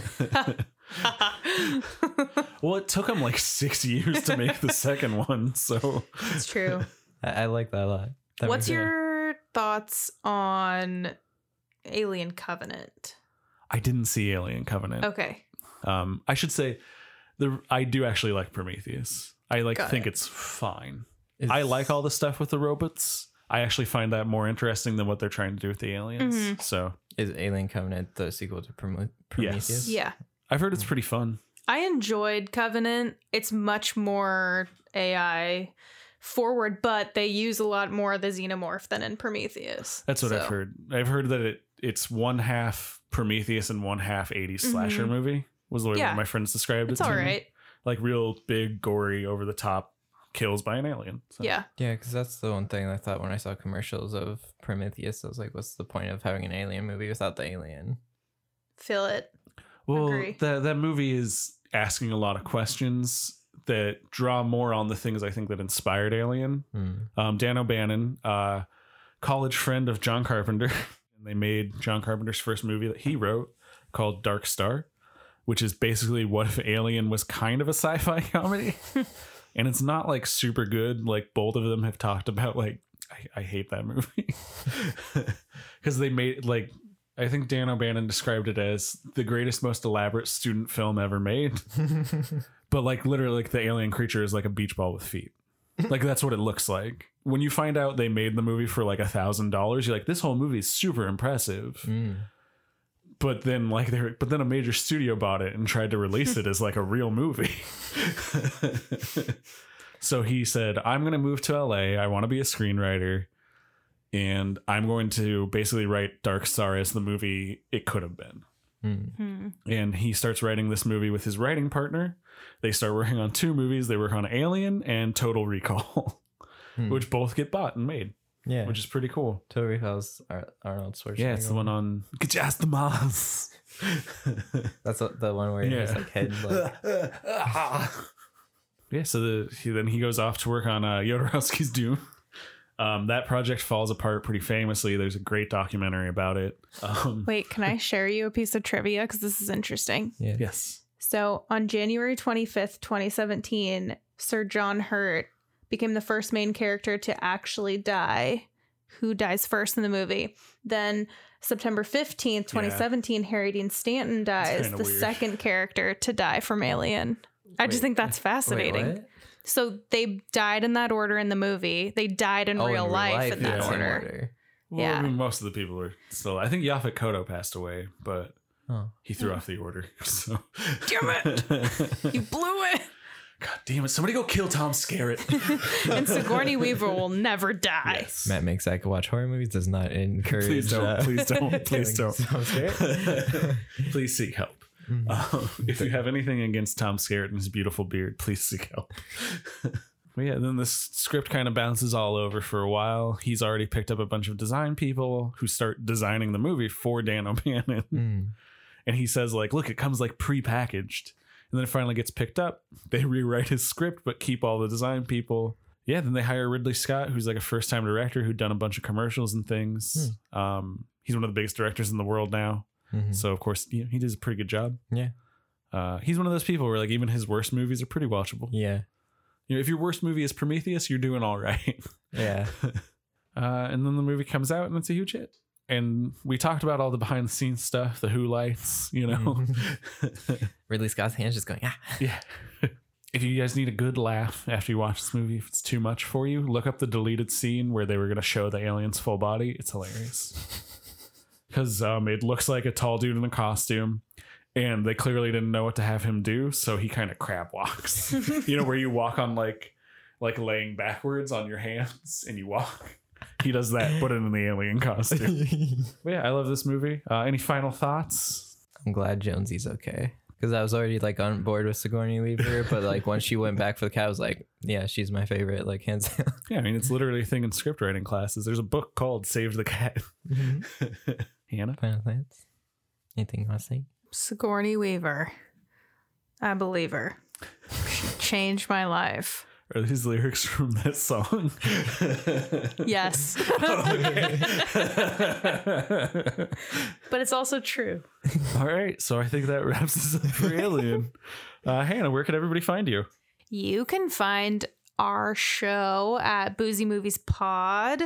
S1: well, it took him like six years to make the second one, so
S2: it's true.
S3: I, I like that a lot. That
S2: What's
S3: makes-
S2: your thoughts on Alien Covenant?
S1: I didn't see Alien Covenant.
S2: Okay.
S1: Um, I should say, the I do actually like Prometheus. I like
S2: Got
S1: think
S2: it.
S1: it's fine.
S3: Is-
S1: I like all the stuff with the robots. I actually find that more interesting than what they're trying to do with the aliens.
S2: Mhm.
S1: So
S3: Is Alien Covenant the sequel to Prome-
S1: Yes.
S3: Prometheus?
S2: Yeah.
S1: I've heard it's pretty fun.
S2: I enjoyed Covenant. It's much more AI forward, but they use a lot more of the xenomorph than in Prometheus.
S1: That's what I've
S2: So,
S1: heard. I've heard that it it's one half Prometheus and one half 80s slasher
S2: Mhm.
S1: movie was the way one
S2: Yeah.
S1: of my friends described
S2: It's
S1: it. to
S2: all
S1: me.
S2: right.
S1: Like real big, gory, over the top kills by an alien. So-
S2: Yeah.
S3: Yeah, because that's the one thing I thought when I saw commercials of Prometheus. I was like, what's the point of having an alien movie without the alien?
S2: Feel it.
S1: Well,
S2: Agree.
S1: that that movie is asking a lot of questions that draw more on the things I think that inspired Alien.
S3: Hmm.
S1: um, Dan O'Bannon, uh, college friend of John Carpenter. and they made John Carpenter's first movie that he wrote called Dark Star, which is basically what if Alien was kind of a sci fi comedy. and it's not like super good. Like both of them have talked about, like, I, I hate that movie. Because they made, like, I think Dan O'Bannon described it as the greatest, most elaborate student film ever made but like literally like the alien creature is like a beach ball with feet like that's what it looks like when you find out they made the movie for like a thousand dollars you're like this whole movie is super impressive
S3: Hmm.
S1: but then like they were, but then a major studio bought it and tried to release it as like a real movie so he said i'm going to move to la i want to be a screenwriter and i'm going to basically write dark star as the movie it could have been
S3: Hmm.
S2: Hmm.
S1: and he starts writing this movie with his writing partner. They start working on two movies. They work on Alien and Total Recall,
S3: Hmm.
S1: which both get bought and made,
S3: Yeah.
S1: which is pretty cool.
S3: Total Recall's Ar- Arnold Schwarzenegger.
S1: Yeah, it's the one on Get Your Ass to Mars.
S3: That's the- the one where his
S1: Yeah.
S3: like head like
S1: yeah, so the, he, then he goes off to work on uh, Jodorowsky's Doom. Um, that project falls apart pretty famously. There's a great documentary about it. Um,
S2: Wait, can I share you a piece of trivia? Because this is interesting.
S3: yeah.
S1: yes.
S2: So on January 25th, 2017, Sir John Hurt became the first main character to actually die. Who dies first in the movie? Then September 15th, 2017, Harry Dean Stanton dies,
S1: kinda
S2: the
S1: weird.
S2: second character to die from Alien. I just
S3: Wait,
S2: think that's
S3: Wait,
S2: fascinating.
S3: what?
S2: so they died in that order in the movie. They died in,
S3: Oh,
S2: real, life, in
S1: yeah.
S2: that
S1: Same
S2: order.
S1: Well,
S2: Yeah.
S1: I mean, most of the people are still. I think Yaphet Koto passed away, but
S3: Oh.
S1: He threw off the order. So
S2: Damn You
S1: it!
S2: blew it.
S1: God damn it! Somebody go kill Tom Skerritt.
S2: and Sigourney Weaver will never die.
S1: Yes.
S3: Matt makes Zach watch horror movies does not encourage.
S1: Please don't.
S3: uh,
S1: please don't. Please
S3: killing
S1: don't.
S3: Tom Skerritt.
S1: please seek help. Um, if you have anything against Tom Skerritt and his beautiful beard, please seek help. But yeah, then this script kind of bounces all over for a while. He's already picked up a bunch of design people who start designing the movie for Dan O'Bannon.
S3: Hmm.
S1: and he says like look it comes like pre-packaged and And then it finally gets picked up. They rewrite his script, but keep all the design people. Yeah, then they hire Ridley Scott, who's like a first time director who'd done a bunch of commercials and things.
S3: Hmm.
S1: Um, he's one of the biggest directors in the world now.
S3: Mhm.
S1: So, of course, you know, he does a pretty good job.
S3: Yeah.
S1: Uh, he's one of those people where, like, even his worst movies are pretty watchable.
S3: Yeah.
S1: You know, if your worst movie is Prometheus, you're doing all right.
S3: Yeah.
S1: Uh, and then the movie comes out and it's a huge hit. And we talked about all the behind the scenes stuff, the Who lights, you know.
S3: Hmm. Ridley Scott's hands just going, ah.
S1: yeah. If you guys need a good laugh after you watch this movie, if it's too much for you, look up the deleted scene where they were going to show the alien's full body. It's hilarious. Because um, it looks like a tall dude in a costume, and they clearly didn't know what to have him do, so he kind of crab walks. you know, where you walk on like, like laying backwards on your hands and you walk. He does that, but in the alien costume.
S3: I'm
S1: But yeah, I love this movie. Uh, any final thoughts?
S3: glad Jonesy's okay. Because I was already like on board with Sigourney Weaver, but like once she went back for the cat, I was like, yeah, she's my favorite, like hands down.
S1: Yeah, I mean, it's literally a thing in script writing classes. There's a book called Save the Cat. Hannah?
S3: Final thoughts? Anything you want to say?
S2: Sigourney Weaver. I believe her. She changed my life.
S1: Are these lyrics from that song?
S2: Yes. but it's also true.
S1: All right, so I think that wraps us up for Alien. Uh, Hannah, where can everybody find you?
S2: You can find our show at Boozy Movies Pod.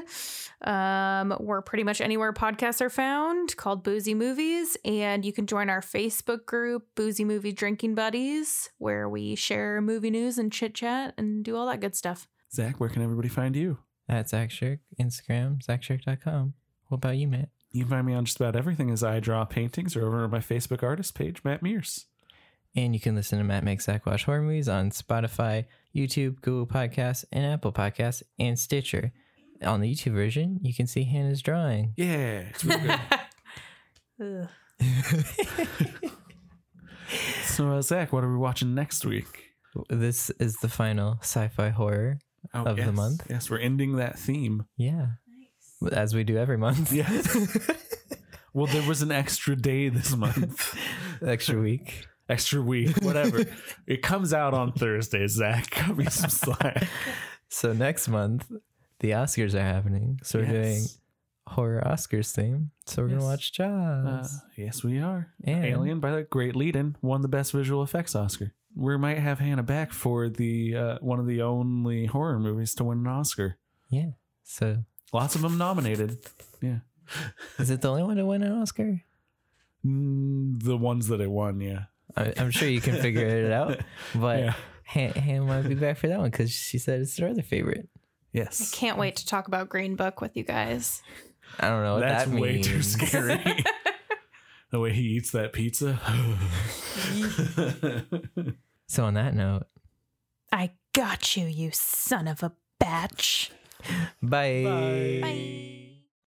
S2: Um, we're pretty much anywhere podcasts are found called Boozy Movies. And you can join our Facebook group, Boozy Movie Drinking Buddies, where we share movie news and chit chat and do all that good stuff.
S1: Zach, where can everybody find you?
S3: At Zach Shirk, Instagram, ZachShirk.com. What about you, Matt?
S1: You can find me on just about everything as I draw paintings or over on my Facebook artist page, Matt Mears.
S3: And you can listen to Matt Make Zach Watch Horror Movies on Spotify, YouTube, Google Podcasts, and Apple Podcasts, and Stitcher. On the YouTube version, you can see Hannah's drawing.
S1: Yeah, it's real good.
S2: Ugh.
S1: so, uh, Zach, what are we watching next week?
S3: This is the final sci fi horror.
S1: Oh,
S3: Of the month?
S1: Yes, we're ending that theme.
S3: Yeah. As we do every month.
S1: Yes. well, there was an extra day this month,
S3: Extra week.
S1: extra week, whatever. it comes out on Thursday, Zach. Cut me some slack.
S3: So next month, the Oscars are happening. So we're doing
S1: Yes.
S3: horror Oscars theme. So we're
S1: Yes.
S3: gonna watch
S1: Uh,
S3: Jaws.
S1: yes, we are.
S3: And-
S1: Alien by the great lead-in won the best visual effects Oscar. We might have Hannah back for the uh, one of the only horror movies to win an Oscar.
S3: yeah. So
S1: Lots of them nominated. Yeah,
S3: is it the only one to win an Oscar?
S1: Mm, the ones that it won. Yeah,
S3: I, I'm sure you can figure it out. But
S1: Yeah.
S3: Han, Han might be back for that one because she said it's her other favorite.
S2: I
S1: yes.
S2: can't wait to talk about Green Book with you guys.
S3: I don't know what
S1: That's
S3: that
S1: way
S3: means.
S1: too scary. the way he eats that pizza.
S3: So on that note,
S2: I got you, you son of a bitch.
S3: bye.
S2: Bye.